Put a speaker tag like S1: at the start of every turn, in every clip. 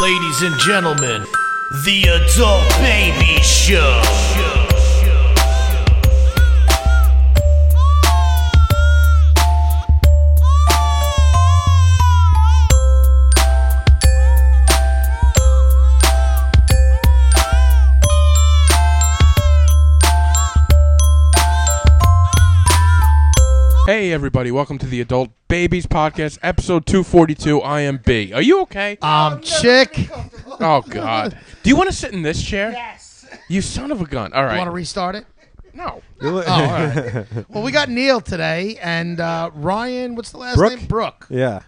S1: Ladies and gentlemen, the Adult Baby Show.
S2: Hey everybody, welcome to the Adult Babies Podcast, episode 242. I am B. Are you okay?
S3: Um, chick.
S2: Oh god. Do you want to sit in this chair? Yes. You son of a gun. All right.
S3: Want to restart it?
S2: no.
S3: Oh, All right. Well, we got Neil today and uh, Ryan. What's the last
S4: Brooke?
S3: name? Brooke.
S4: Yeah.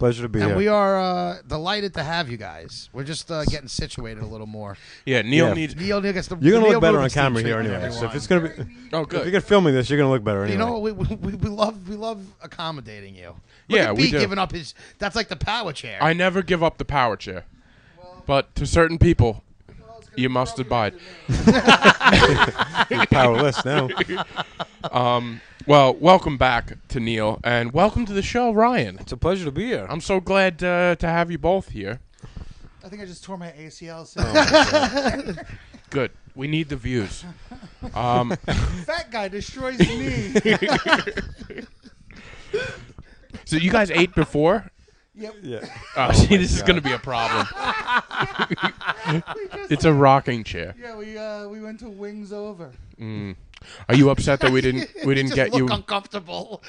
S4: Pleasure to be
S3: And
S4: here.
S3: we are uh, delighted to have you guys. We're just uh, getting situated a little more.
S2: Yeah, Neil
S4: Yeah.
S2: needs
S3: Neil, Neil gets the.
S4: you're gonna
S3: Neil
S4: look better on
S3: Rubenstein
S4: camera here
S3: treatment,
S4: anyway. So if
S3: everyone.
S4: it's gonna be,
S2: Oh
S4: if
S2: good.
S4: you're filming this, you're gonna look better anyway.
S3: you know, we, we, we we love we love accommodating you. Look
S2: Yeah,
S3: at
S2: we
S3: B
S2: do.
S3: giving up his. That's like the power chair.
S2: I never give up the power chair. But to certain people, you must abide.
S4: You're powerless now.
S2: Well, welcome back to Neil and welcome to the show, Ryan.
S4: It's a pleasure to be here.
S2: I'm so glad uh, to have you both here.
S5: I think I just tore my ACL. So
S2: Oh. Good. We need the views. Um,
S5: fat guy destroys me.
S2: so you guys ate before?
S5: yep.
S4: Yeah.
S2: Oh, see, this is going to be a problem. it's a rocking chair.
S5: Yeah, we uh, we went to Wings Over.
S2: Are you upset that we didn't we didn't
S3: just
S2: get
S3: look
S2: you?
S3: uncomfortable.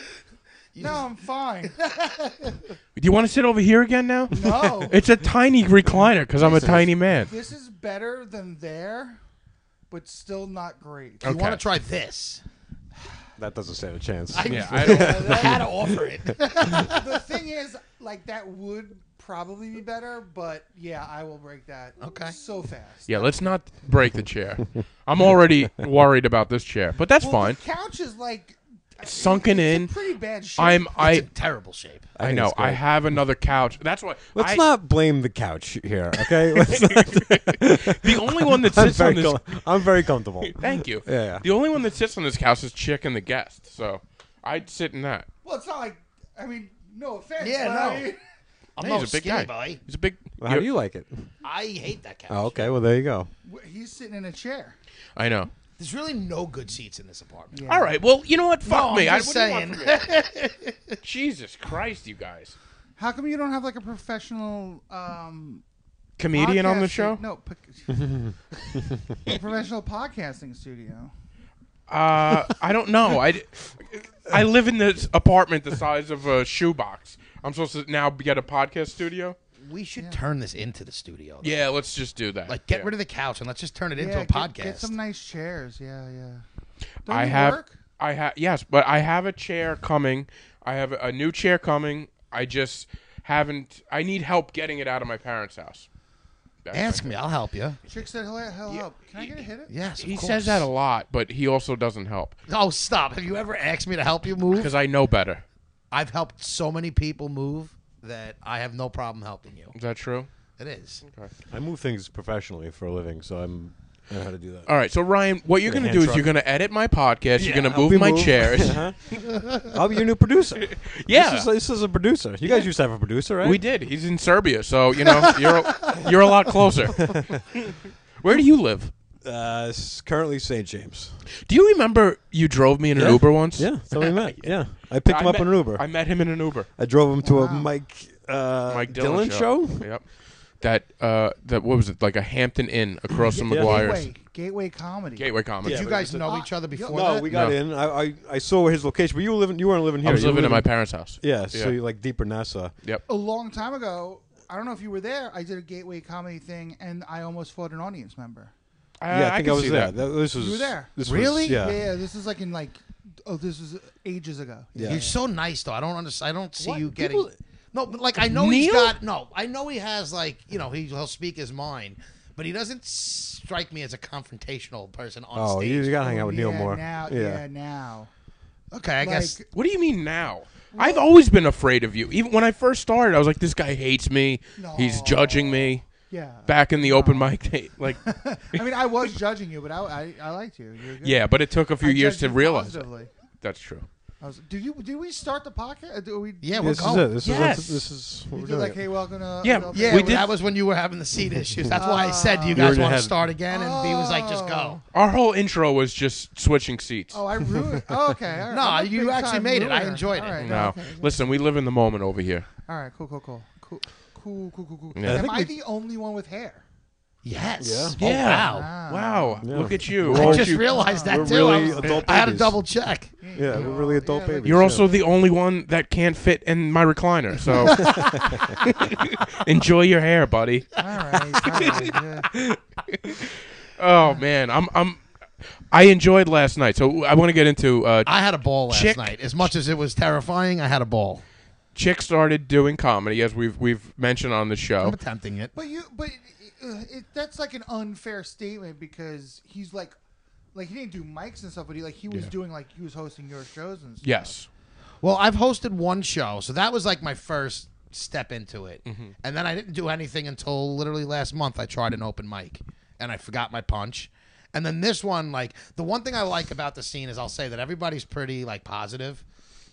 S3: You
S5: No, I'm fine.
S2: Do you want to sit over here again now?
S5: No,
S2: It's a tiny recliner because I'm a tiny man.
S5: this is better than there, but still not great.
S3: you
S2: Okay.
S3: want to try this?
S4: That doesn't stand a chance.
S2: Yeah, I don't.
S5: Uh,
S3: I
S5: that-
S3: had to offer it.
S5: the thing is, like that would probably be better, but yeah, I will break that.
S3: Okay.
S5: So fast.
S2: Yeah, let's not break the chair. I'm already worried about this chair, but that's
S5: Well,
S2: fine.
S5: The couch is like
S2: Sunken
S5: it's
S2: in.
S5: In pretty bad shape.
S2: I'm
S3: It's
S2: I
S3: in terrible shape.
S2: I
S4: think
S2: know
S4: it's good.
S2: I have another couch. That's why
S4: Let's
S2: I,
S4: not blame the couch here, okay? Let's not,
S2: the only one that
S4: I'm,
S2: sits on
S4: very
S2: this.
S4: com- I'm very comfortable.
S2: Thank you.
S4: Yeah, yeah.
S2: The only one that sits on this couch is Chick and the guest, so I'd sit in that.
S5: Well, it's not like I mean, no offense.
S3: Yeah,
S5: but
S3: no.
S5: I mean,
S3: I'm
S2: Hey,
S3: no
S2: he's a big guy.
S3: skinny boy.
S2: He's a big.
S4: Well, how do you like it?
S3: I hate that couch.
S4: Oh, okay. Well, there you go.
S5: w- he's sitting in a chair.
S2: I know.
S3: There's really no good seats in this apartment.
S2: All right. Well, you know what? Fuck
S3: I'm
S2: me. I,
S3: just
S2: what do you want
S3: saying.
S2: from me? Jesus Christ, you guys.
S5: How come you don't have like a professional um,
S2: Comedian on the
S5: podcasting-
S2: show?
S5: No, p- a professional podcasting studio.
S2: Uh, I don't know. I, d- I live in this apartment the size of a shoebox. I'm supposed to now get a podcast studio?
S3: We should turn this into the studio. though.
S2: Yeah, let's just do that.
S3: Like, get
S2: Yeah.
S3: rid of the couch and let's just turn it into
S5: Yeah,
S3: a
S5: get-
S3: podcast.
S5: Get, some nice chairs. Yeah, yeah. Don't
S2: I
S5: you
S2: have
S5: work?
S2: I have yes, but I have a chair coming. I have a new chair coming. I just haven't I need help getting it out of my parents' house. That's my-
S3: Ask me, I'll help you.
S5: Chick said he'll, he'll help. Can I get a hit it?
S3: Yes, of
S2: He
S3: course.
S2: says that a lot, but he also doesn't help
S3: Oh, stop! Have you ever asked me to help you move?
S2: because I know better.
S3: I've helped so many people move that I have no problem helping you.
S2: Is that true?
S3: It is.
S4: I move things professionally for a living, so I'm I know how to do that.
S2: All right, so Ryan, what you're going to
S4: hand
S2: do is
S4: truck.
S2: you're going to edit my podcast. you're going to
S4: Help
S2: move
S4: me
S2: my chairs.
S4: Uh-huh. I'll be your new producer.
S2: Yeah.
S4: This is, this is a producer. You guys used to have a producer, right?
S2: We did. He's in Serbia, so you know you're a- you're a lot closer. Where do you live?
S4: Uh, s- currently St. James.
S2: Do you remember you drove me in an
S4: Yeah.
S2: Uber once?
S4: Yeah, so we met. Yeah, I picked him
S2: I
S4: up
S2: met-
S4: in an Uber.
S2: I
S4: I,
S2: met him in an Uber.
S4: drove him to a
S5: Wow.
S4: Mike uh,
S2: Mike Dillon
S4: Dillon, show.
S2: Yep. That uh, that what was it like a Hampton Inn across from
S4: Yeah.
S2: McGuire's
S5: Gateway, Gateway Comedy.
S2: Gateway Comedy.
S4: Yeah,
S3: Did you
S4: but
S3: guys
S4: it's a-
S3: know
S5: Ah,
S3: each other
S5: yo-
S3: before
S4: No,
S3: that?
S4: we got
S2: No.
S4: in. I, I I saw his location, but you were living. You weren't living here.
S2: I was
S4: You were
S2: living at my parents' house.
S4: Yeah, so
S2: Yeah.
S4: you like deeper NASA.
S2: Yep.
S5: A long time ago, I don't know if you were there. I did a Gateway Comedy thing, and I almost fought an audience member.
S2: Uh,
S4: yeah, I think I, was there.
S2: That.
S4: That- this was
S5: You were there.
S4: This
S3: Really?
S4: Was, yeah.
S5: yeah, This is like in like, oh, this was ages ago.
S4: Yeah.
S3: You're so nice, though. I don't understand. I don't see
S4: What?
S3: you getting.
S4: People-
S3: No, but like I know he's
S2: Neil?
S3: got. No, I know he has like you know he, he'll speak his mind, but he doesn't strike me as a confrontational person on
S4: Oh,
S3: stage.
S4: you, you gotta hang
S5: Oh,
S4: out with
S5: yeah,
S4: Neil more.
S5: Now, yeah.
S4: yeah.
S5: now.
S3: okay, I guess.
S5: Like-
S2: What do you mean now? I've always been afraid of you. Even when I first started, I was like, "This guy hates me. He's
S5: No.
S2: judging me."
S5: Yeah.
S2: Back in the open mic day, like,
S5: I mean, I was judging you, but I I, I liked you. you were good.
S2: yeah, but it took a few
S5: I
S2: years
S5: judged
S2: to
S5: you
S2: realize it.
S5: positively.
S2: that's true.
S5: I was, did you? Did we start the podcast? Uh, Do we?
S3: Yeah,
S5: did
S3: we're
S4: This
S3: going.
S4: is it. This
S2: Yes.
S4: is this is what
S5: you
S4: we're
S5: did
S4: doing.
S5: like, hey, welcome to.
S2: Yeah,
S5: welcome
S3: Yeah,
S5: to-
S2: we did-
S3: that was when you were having the seat issues. That's why I said, "Do you
S4: You were
S3: guys
S4: in
S3: want to
S4: heaven.
S3: start again?" And B was like, "Just go."
S2: Our whole intro was just switching seats.
S5: Oh, I ruined. Oh, okay. all right.
S3: No,
S5: I'm a
S3: you
S5: big
S3: actually
S5: time
S3: made it. I
S5: ruiner.
S3: enjoyed it.
S5: All right,
S2: no,
S5: okay.
S2: listen, we live in the moment over here.
S5: All right. Cool. Cool. Cool. Cool. Cool. Cool. Cool. cool.
S2: Yeah. I
S5: Am
S4: think
S5: I
S4: we-
S5: the only one with hair?
S3: Yes.
S2: Yeah.
S3: Oh,
S2: Yeah.
S3: wow.
S2: Wow,
S4: Yeah.
S2: look at you!
S4: We're
S3: I
S2: Aren't
S3: just
S2: you-
S3: realized that
S4: We're
S3: too.
S4: really
S3: I, was-
S4: adult
S3: I had to
S4: babies.
S3: double check.
S4: yeah, we're really adult
S5: yeah, like-
S4: babies.
S2: You're
S4: yeah.
S2: also the only one that can't fit in my recliner, so enjoy your hair, buddy.
S5: All right. all right, yeah.
S2: Oh man, I'm I'm I enjoyed last night, so I want to get into uh,
S3: I had a ball last
S2: Chick-
S3: night. As much as it was terrifying, I had a ball.
S2: Chick started doing comedy as we've we've mentioned on the
S3: I'm
S2: show.
S3: attempting it.
S5: But you, but uh, it, that's like an unfair statement because he's like, like he didn't do mics and stuff, but he like he was doing like he was hosting your shows and stuff.
S2: Yes.
S3: Well, I've hosted one show, so that was like my first step into it. And then I didn't do anything until literally last month. I tried an open mic and I forgot my punch. And then this one, like the one thing I like about the scene is I'll say that everybody's pretty like positive.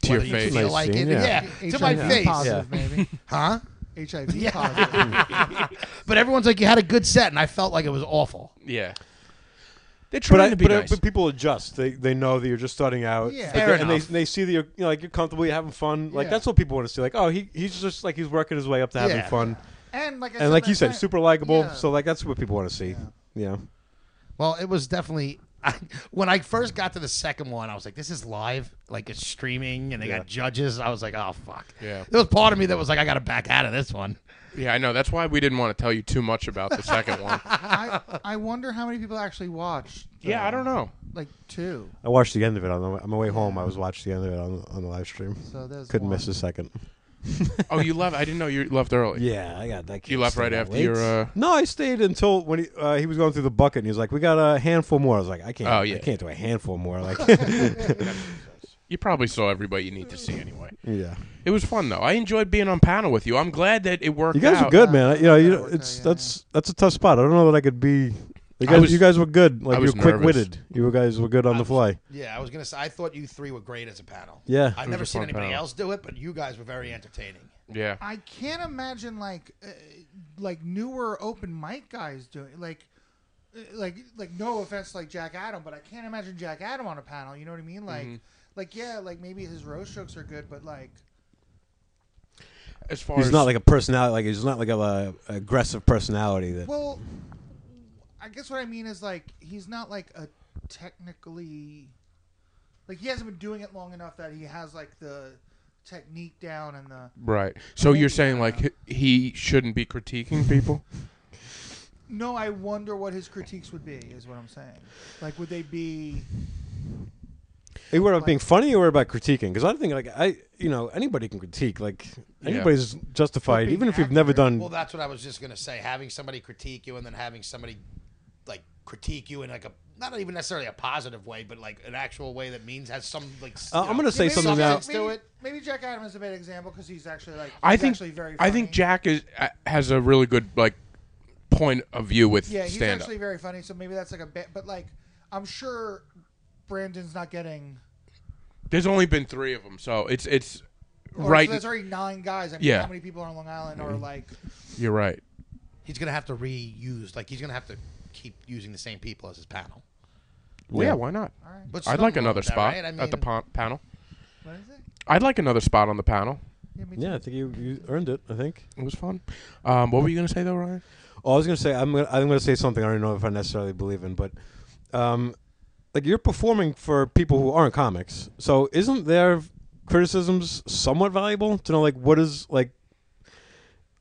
S2: To your
S3: whether you
S2: face.
S3: feel
S4: Nice
S3: like
S4: scene,
S3: it.
S4: yeah.
S3: Yeah, to my
S5: HIV
S3: face,
S5: positive, maybe.
S3: huh?
S5: HIV positive.
S3: But everyone's like, "You had a good set," and I felt like it was awful.
S2: Yeah. They're trying
S4: But, I,
S2: to be
S4: but, I-
S2: nice.
S4: but people adjust. They they know that you're just starting out.
S5: Yeah.
S4: But
S5: Fair
S4: they- and they,
S3: enough.
S4: they see that you're you know, like you're comfortable, you're having fun. Like
S5: Yeah.
S4: that's what people want to see. Like oh he he's just like he's working his way up to having
S3: Yeah.
S4: fun.
S5: And like I
S4: And like you
S5: last
S4: said,
S5: night-
S4: super likable.
S5: Yeah.
S4: So like that's what people want to see. Yeah.
S3: Well, it was definitely. I, when I first got to the second one, I was like, "This is live, like it's streaming, and they
S4: Yeah.
S3: got judges." I was like, "Oh fuck!"
S2: Yeah.
S3: there was part of me that was like, "I got to back out of this one."
S2: yeah, I know. That's why we didn't want to tell you too much about the second one.
S5: I, I wonder how many people actually watched.
S2: yeah, I don't know.
S5: Like two.
S4: I watched the end of it on the way, on my way home. I was watching the end of it on, on the live stream.
S5: So there's
S4: Couldn't
S5: one.
S4: miss a second.
S2: Oh, you left. I didn't know you left early.
S4: Yeah, I got that.
S2: You left right after your. Uh,
S4: No, I stayed until when he, uh, he was going through the bucket, and he was like, "We got a handful more." I was like, "I can't,
S2: Oh, yeah.
S4: I can't do a handful more." Like,
S2: you probably saw everybody you need to see anyway.
S4: yeah,
S2: It was fun though. I enjoyed being on panel with you. I'm glad that it worked.
S4: you guys
S2: out.
S4: were
S3: uh,
S4: good, man. I- You know, you
S5: Yeah,
S4: know,
S5: okay,
S4: it's
S5: yeah,
S4: that's that's a tough spot. I don't know that I could be. You
S2: I
S4: guys,
S2: was-
S4: you guys were good. Like
S2: I
S4: you
S2: was
S4: were quick witted. You guys were good on the fly.
S3: Yeah, I was gonna say. I thought you three were great as a panel.
S4: Yeah.
S3: I've
S4: It
S3: never
S4: was a
S3: seen
S4: fun
S3: anybody
S4: panel.
S3: else do it, but you guys were very entertaining.
S2: Yeah.
S5: I can't imagine like uh, like newer open mic guys doing like uh, like like no offense to, like Jack Adam, but I can't imagine Jack Adam on a panel. You know what I mean? Like like yeah, like maybe his roast jokes are good, but like
S2: As far
S4: He's
S2: as
S4: not like a personality. Like he's not like a uh, aggressive personality. That
S5: well, I guess what I mean is like he's not like a technically like he hasn't been doing it long enough that he has like the technique down and the
S2: right. So you're saying like h- he shouldn't be critiquing people?
S5: No, I wonder what his critiques would be. Is what I'm saying. Like, would they be?
S4: Are you worried about being funny or you worried about critiquing? Because I think like I, you know, anybody can critique. Like anybody's
S5: But
S4: justified,
S5: being
S4: even if you've never
S5: accurate-
S4: done.
S3: Well, that's what I was just gonna say. Having somebody critique you and then having somebody like critique you in like a not even necessarily a positive way, but like an actual way that means has some like. s-
S4: Uh,
S3: you
S4: I'm
S3: know,
S4: gonna say
S5: Yeah, maybe
S4: something
S5: Jack-
S4: now.
S3: substance
S5: Maybe,
S3: to it.
S5: maybe Jack Adam is a bad example because he's actually like
S2: I
S5: he's
S2: think
S5: actually very. Funny.
S2: I think Jack is uh, has a really good like point of view with
S5: Yeah, he's
S2: stand up.
S5: actually very funny. So maybe that's like a bit, but like I'm sure Brandon's not getting.
S2: There's only been three of them, so it's it's
S5: Or
S2: right.
S5: So there's already nine guys. I mean,
S2: Yeah.
S5: how many people are on Long Island
S2: Mm-hmm.
S5: are like?
S2: You're right.
S3: He's gonna have to reuse. Like he's gonna have to keep using the same people as his panel.
S2: Well,
S4: Yeah.
S2: yeah, why not?
S5: All right.
S3: What's
S2: I'd
S3: nothing
S2: like
S3: wrong
S2: another
S3: with that,
S2: spot
S3: right? I
S2: at the
S3: mean-
S2: pon- panel.
S5: What is it?
S2: I'd like another spot on the panel.
S5: Yeah, me too.
S4: Yeah, I think you, you earned it. I think.
S2: It was fun. Um, what were you gonna say though, Ryan?
S4: Oh, I was gonna say I'm gonna, I'm gonna say something I don't know if I necessarily believe in, but um, like you're performing for people who aren't comics, so isn't their criticisms somewhat valuable to know like what is like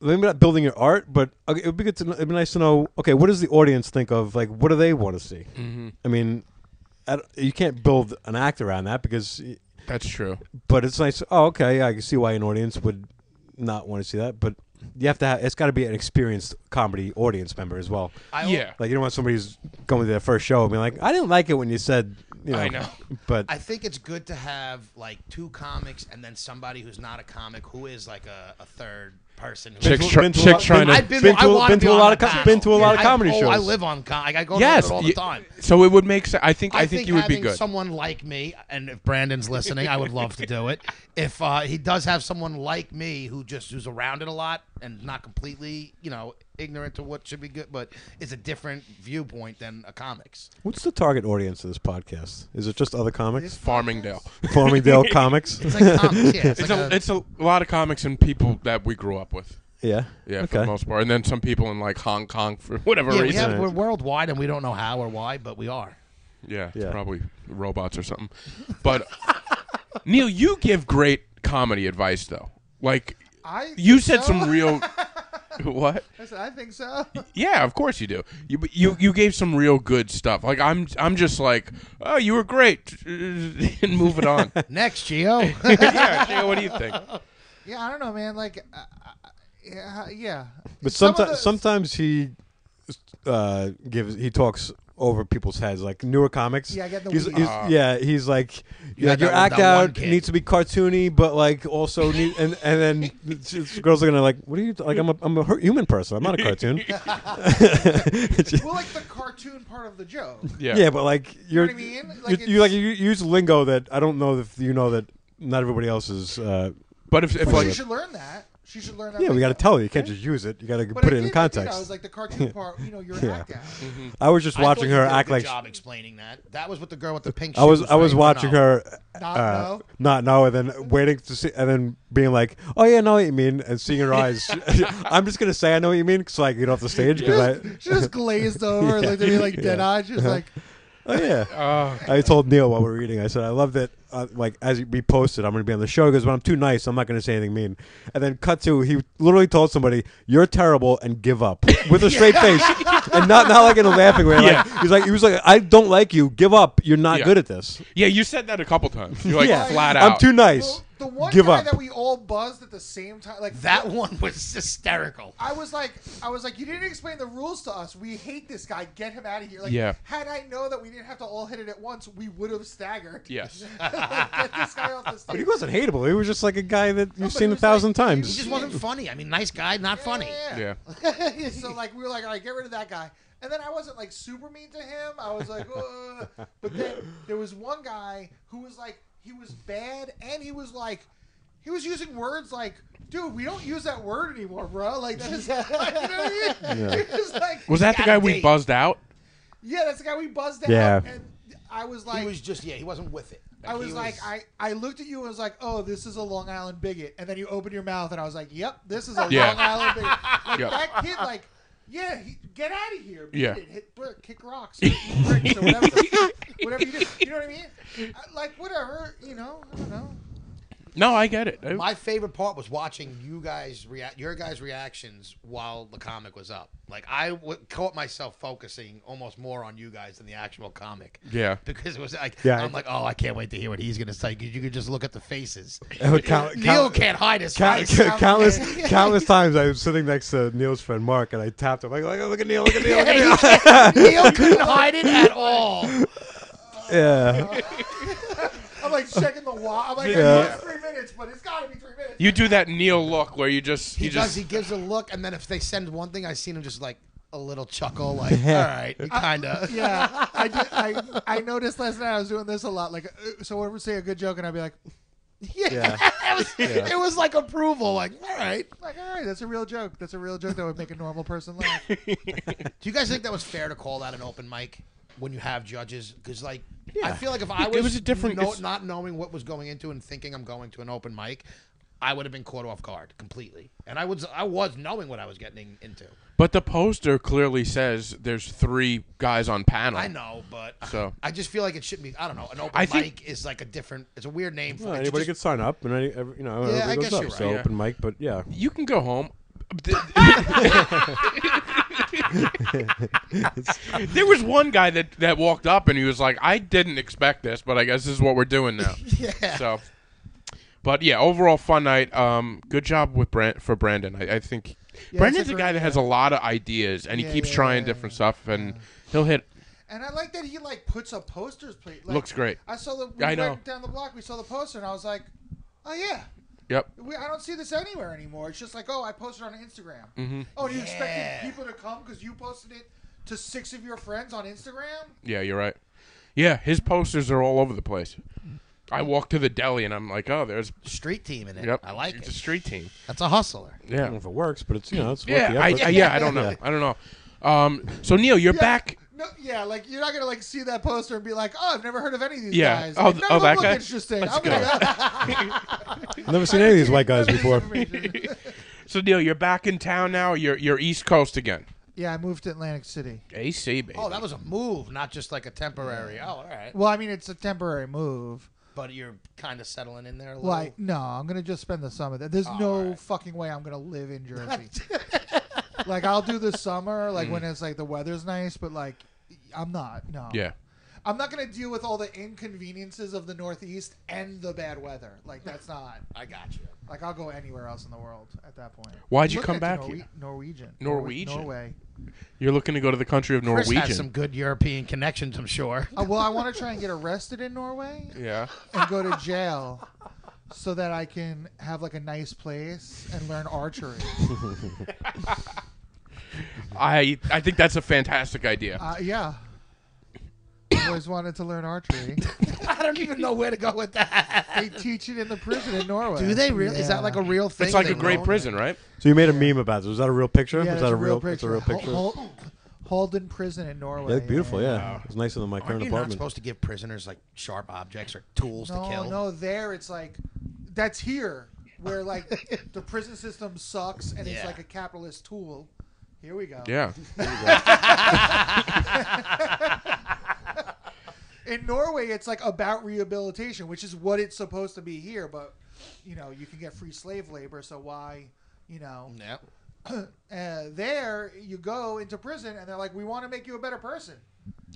S4: maybe not building your art, but okay, it would be good to know, it'd be nice to know okay what does the audience think of like what do they want to see? I mean, I don't- you can't build an act around that because
S2: That's true.
S4: but it's nice. Oh, okay, I can see why an audience would not want to see that, but you have to. Have, it's got to be an experienced comedy audience member as well.
S3: I,
S2: yeah.
S4: Like you don't want somebody who's going to their first show and be like, "I didn't like it when you said," you know.
S2: I know.
S4: But
S3: I think it's good to have like two comics and then somebody who's not a comic who is like a, a third person. who-
S2: Chicks,
S4: Been to-
S2: try-
S4: been to a
S2: chicks
S4: lot-
S2: trying to.
S3: I've been,
S4: Been
S3: I
S4: to a-
S3: wanna
S4: been
S3: be
S4: to a
S3: on
S4: lot
S3: that
S4: of co-
S3: panel.
S4: been to a lot of
S3: I-
S4: comedy
S3: oh, I
S4: shows.
S3: live on. Com- I go to
S2: yes,
S3: those all
S2: y-
S3: the time.
S2: so it would make sense. I think I, think, you would be
S3: having
S2: good.
S3: Someone like me, and if Brandon's listening, I would love to do it. If uh, he does have someone like me who just who's around it a lot and not completely, you know, ignorant to what should be good, but it's a different viewpoint than a comics.
S4: What's the target audience of this podcast? Is it just other comics?
S2: Farmingdale.
S4: Farmingdale comics?
S3: It's like comics, yeah. It's,
S2: It's
S3: like
S2: a,
S3: a-
S2: it's a lot of comics and people that we grew up with.
S4: Yeah.
S2: Yeah, for
S4: Okay.
S2: the most part, and then some people in like Hong Kong for whatever
S3: yeah, we
S2: reason.
S3: have, we're worldwide, and we don't know how or why, but we are.
S2: Yeah, it's
S4: Yeah.
S2: probably robots or something. But Neil, you give great comedy advice though. Like
S5: I
S2: you
S5: think
S2: said
S5: so.
S2: some real what?
S5: I said, I think so.
S2: Yeah, of course you do. You but you you gave some real good stuff. Like I'm I'm just like, "Oh, you were great." and move it on.
S3: Next, Geo.
S2: yeah, Gio, what do you think?
S5: yeah, I don't know, man. Like, uh, uh, yeah, yeah.
S4: But
S5: Some
S4: sometimes
S5: of the-
S4: sometimes he uh, gives he talks over people's heads like newer comics.
S5: Yeah, I get the
S4: he's,
S5: weed.
S4: he's- yeah, he's like,
S3: Yeah,
S4: like, your
S3: that-
S4: act
S3: that one
S4: out
S3: kid.
S4: needs to be cartoony, but like also need and and then it's- it's- girls are gonna like, what are you like? I'm a I'm a hu- human person. I'm not a cartoon.
S5: Well, like the cartoon part of the joke.
S2: Yeah.
S4: yeah. but like you're
S5: what I mean?
S4: you
S5: Like,
S4: you like
S5: it's-
S4: you use lingo that I don't know if you know that not everybody else is. Uh,
S2: But if, if
S5: But
S2: like
S5: she should learn that. She should learn that.
S4: yeah, we
S5: like,
S4: got to tell you. You can't just use it. You got to
S5: But
S4: put
S5: I
S4: it in
S5: did, like, you know,
S4: context.
S5: I was like the cartoon part. You know, you're
S4: Yeah.
S5: yeah. act out.
S4: I was just
S3: I thought
S4: watching
S3: you
S4: her
S3: did a
S4: act
S3: good
S4: like
S3: job explaining that. That was with the girl with the pink.
S4: I was
S3: shoes,
S4: I was
S3: right?
S4: watching
S3: No.
S4: her
S5: Not
S4: uh,
S5: know.
S4: not know and then waiting to see and then being like, oh yeah, I know what you mean, and seeing her eyes. I'm just gonna say I know what you mean so I can get off the stage
S5: She
S4: because
S5: just, she just glazed over and looked at me like dead eyed. She was
S4: Uh-huh.
S5: like,
S4: I oh yeah. I told Neil while we were eating, I said I love that. Uh, like as we posted, I'm gonna be on the show because when I'm too nice, I'm not gonna say anything mean. And then cut to he literally told somebody, "You're terrible," and give up with a straight face and not not like in a laughing way. Like, He's like he was like, "I don't like you. Give up. You're not
S2: Yeah.
S4: good at this."
S2: Yeah, you said that a couple times. You're like
S4: yeah,
S2: flat out.
S4: I'm too nice.
S5: well, the one
S4: give
S5: guy
S4: up.
S5: that we all buzzed at the same time. Like
S3: That one was hysterical.
S5: I was like, I was like, you didn't explain the rules to us. We hate this guy. Get him out of here. Like,
S2: Yeah.
S5: had I known that we didn't have to all hit it at once, we would have staggered.
S2: Yes.
S5: Like, get this guy off the stage.
S4: But he wasn't hateable. He was just like a guy that you've seen a
S5: he was like-
S4: thousand
S5: he
S4: times.
S3: He just wasn't funny. I mean, nice guy, not funny.
S2: Yeah.
S5: so like we were like, all right, get rid of that guy. And then I wasn't like super mean to him. I was like, Ugh. but then there was one guy who was like, he was bad, and he was like, he was using words like, dude, we don't use that word anymore, bro. Like that is, you know what I mean? He was like,
S2: Was that the
S3: Gotta
S2: guy we
S3: date.
S2: buzzed out?
S5: yeah, that's the guy we buzzed out.
S4: Yeah.
S5: And I was like,
S3: He was just yeah. He wasn't with it.
S5: I was
S3: he
S5: like, I, I looked at you and was like, oh, this is a Long Island bigot. And then you opened your mouth and I was like, yep, this is a
S2: Yeah.
S5: Long Island bigot. Like
S2: Yeah.
S5: that kid, like, yeah, he, get out of here. beat
S2: Yeah.
S5: it, hit, brick, kick rocks, or eat bricks, or whatever. whatever you do. You know what I mean? I- Like, whatever, you know, I don't know.
S2: No, I get it.
S3: My favorite part was watching you guys react, your guys' reactions while the comic was up. Like I w- caught myself focusing almost more on you guys than the actual comic.
S2: Yeah.
S3: because it was like
S4: Yeah,
S3: I'm
S4: I-
S3: like, oh, I can't wait to hear what he's gonna say. 'cause You could just look at the faces.
S4: I would count-
S3: Neil
S4: count-
S3: can't hide his
S4: Count-
S3: face.
S4: countless, countless times I was sitting next to Neil's friend Mark, and I tapped him like, like, "Look at Neil! Look at Neil! Look at Neil!"
S3: Neil couldn't hide it at all.
S4: Yeah,
S5: I'm like checking the wall. I'm like,
S4: Yeah.
S5: yeah. it's three minutes, but it's got to be three minutes.
S2: You do that Neil look where you just
S3: He
S2: you
S3: does.
S2: just
S3: He gives a look, and then if they send one thing, I seen him just like a little chuckle, like, all right, you kind of.
S5: yeah, I, did, I I noticed last night I was doing this a lot. Like, uh, someone would say a good joke, and I'd be like,
S4: yeah.
S3: it, was, it was like approval. Like, all right.
S5: like, all right, that's a real joke. That's a real joke that would make a normal person laugh.
S3: Do you guys think that was fair to call that an open mic when you have judges? Because like, I feel like if I
S2: It
S3: was,
S2: was a different-
S3: no,
S2: it's-
S3: not knowing what was going into and thinking I'm going to an open mic, I would have been caught off guard completely. And I was, I was knowing what I was getting into.
S2: But the poster clearly says there's three guys on panel.
S3: I know, but
S2: So-
S3: I just feel like it shouldn't be. I don't know. An open
S2: I
S3: mic
S2: think-
S3: is like a different. It's a weird name for
S4: Well,
S3: it. You
S4: anybody
S3: just-
S4: could sign up, and any, every, you know,
S3: Yeah,
S4: everybody
S3: I
S4: goes
S3: guess
S4: up.
S3: you're right.
S4: So
S2: Yeah.
S4: open mic, but yeah,
S2: You can go home. there was one guy that, that walked up and he was like, "I didn't expect this, but I guess this is what we're doing now."
S3: Yeah.
S2: So, but yeah, overall fun night. Um, good job with Brand for Brandon. I, I think Brandon's a
S5: like
S2: guy that has a lot of ideas and he
S5: Yeah,
S2: keeps
S5: yeah,
S2: trying
S5: yeah,
S2: different stuff and he'll hit.
S5: And I like that he like puts up posters. Plate. Like,
S2: Looks great.
S5: I saw the. We
S2: I
S5: went
S2: know.
S5: down the block. We saw the poster, and I was like, "Oh yeah,
S2: Yep.
S5: We, I don't see this anywhere anymore. It's just like, oh, I posted on Instagram.
S2: Mm-hmm.
S5: Oh, and you
S3: Yeah.
S5: expected people to come because you posted it to six of your friends on Instagram?
S2: Yeah, you're right. Yeah, his posters are all over the place. I walk to the deli and I'm like, oh, there's
S3: Street team in it.
S2: yep.
S3: I like
S2: it's
S3: it.
S2: a street team.
S3: That's a hustler.
S4: I don't know
S2: Yeah,
S4: if it works, but it's you know it's worth
S2: yeah,
S4: the
S2: I,
S4: effort.
S2: I- yeah. I don't know. I don't know. Um, so Neil, you're
S5: Yeah.
S2: back.
S5: No, yeah, like you're not gonna like see that poster and be like, oh, I've never heard of any of these
S2: Yeah.
S5: guys.
S2: Oh,
S5: Like,
S2: th-
S5: none
S2: oh,
S5: of them
S2: that
S5: look
S2: guy?
S5: interesting.
S2: Let's
S5: I'm
S2: go.
S5: gonna-
S4: I've never seen any of these white guys
S5: None of this
S4: before.
S5: information.
S2: So Neil, you're back in town now. You're you're East Coast again.
S5: yeah, I moved to Atlantic City.
S2: AC baby.
S3: Oh, that was a move, not just like a temporary. Oh, all right.
S5: Well, I mean, it's a temporary move.
S3: But you're kind of settling in there a little.
S5: Like, no, I'm gonna just spend the summer. there. There's no fucking way I'm gonna live in Jersey. like, I'll do the summer, like when it's like the weather's nice, but like, I'm not. No.
S2: Mm. yeah.
S5: I'm not gonna deal with all the inconveniences of the Northeast and the bad weather. Like, that's not.
S3: I got you.
S5: Like, I'll go anywhere else in the world at that point.
S2: Why'd you
S5: Look
S2: come
S5: at
S2: back
S5: Norwe-
S2: here?
S5: Norwegian.
S2: Norwegian?
S5: Norway.
S2: You're looking to go to the country of
S3: Chris
S2: Norwegian.
S3: has some good European connections, I'm sure.
S5: Uh, well, I want to try and get arrested in Norway
S2: yeah.
S5: and go to jail so that I can have like a nice place and learn archery.
S2: I I think that's a fantastic idea.
S5: Uh, yeah. I always wanted to learn archery.
S3: I don't even know where to go with that.
S5: They teach it in the prison in Norway.
S3: Do they really? Is
S5: Yeah.
S3: that like a real thing?
S2: it's like
S3: they
S2: a great
S3: own?
S2: prison, right?
S4: So you made a meme about this. Was that a real picture? was
S5: Yeah, that's
S4: that
S5: a real
S4: It's a
S5: picture.
S4: real picture.
S5: Hol- Hol- Holden prison in Norway.
S4: They look beautiful. Yeah, it's nicer than my
S3: Aren't
S4: current
S3: you not
S4: apartment.
S3: supposed to give prisoners like sharp objects or tools
S5: No,
S3: to kill?
S5: no, there it's like that's here where like the prison system sucks and it's
S3: Yeah.
S5: like a capitalist tool. Here we go.
S2: Yeah.
S5: In Norway, it's like about rehabilitation, which is what it's supposed to be here. But you know, you can get free slave labor, so why, you know,
S3: No.
S5: uh, there you go into prison and they're like, we want to make you a better person.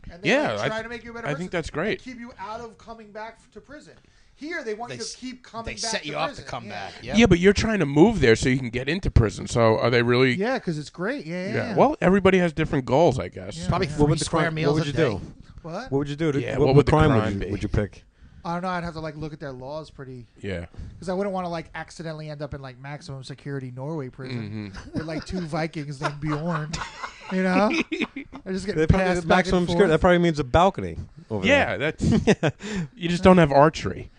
S5: And they
S2: Yeah,
S5: like,
S2: I
S5: try
S2: th-
S5: to make you a better.
S2: I
S5: person
S2: think that's great.
S5: and Keep you out of coming back f- to prison. Here, they want
S3: They
S5: you
S3: s-
S5: to keep coming.
S3: They
S5: back
S3: set
S5: to
S3: you up to
S5: prison.
S3: come
S5: Yeah.
S3: back.
S2: yeah.
S3: Yeah.
S2: but you're trying to move there so you can get into prison. So are they really?
S5: Yeah, because it's great. Yeah, yeah. yeah.
S2: Well, everybody has different goals, I guess.
S5: Yeah.
S3: Probably
S5: What
S3: three
S4: would the
S3: square
S4: crime- what
S3: meals
S4: would
S3: a
S4: you
S3: day.
S4: do?
S5: what?
S4: What would you do? To,
S2: Yeah,
S4: what,
S2: what
S4: what
S2: would the
S4: crime,
S2: crime
S4: would, you,
S2: be?
S4: would you pick?
S5: I don't know. I'd have to like look at their laws pretty
S2: Yeah.
S5: because I wouldn't want to like accidentally end up in like maximum security Norway prison
S2: Mm-hmm.
S5: with like two Vikings named Bjorn. You know, I just get
S4: They probably,
S5: passed back
S4: maximum
S5: and
S4: security. That
S5: forth.
S4: probably means a balcony over
S2: Yeah, that's you just don't have archery.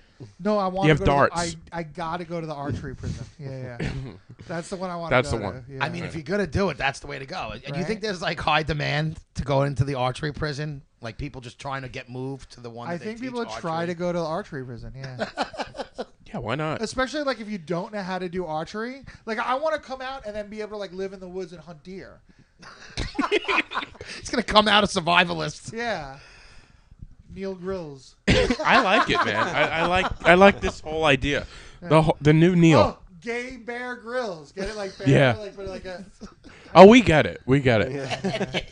S5: No, I want.
S2: You have
S5: to go to the-
S2: darts.
S5: I I gotta go to the archery prison. Yeah, yeah. That's the one I want.
S2: That's
S5: to
S2: the
S5: go
S2: one.
S5: To. Yeah.
S3: I mean, if you're gonna do it, that's the way to go. And you
S5: Right.
S3: think there's like high demand to go into the archery prison? Like people just trying to get moved to the one.
S5: I
S3: that they
S5: think people
S3: teach
S5: try to
S3: archery?
S5: go to the archery prison. Yeah.
S2: Yeah, why not?
S5: especially like if you don't know how to do archery like i want to come out and then be able to like live in the woods and hunt deer
S3: It's gonna come out a survivalist.
S5: yeah neil grills
S2: I like it, man. I, I like I like this whole idea. The whole, the new Neil.
S5: oh gay bear grills get it like bear,
S2: Yeah.
S5: like, but like a,
S2: Oh, we get it. We get it.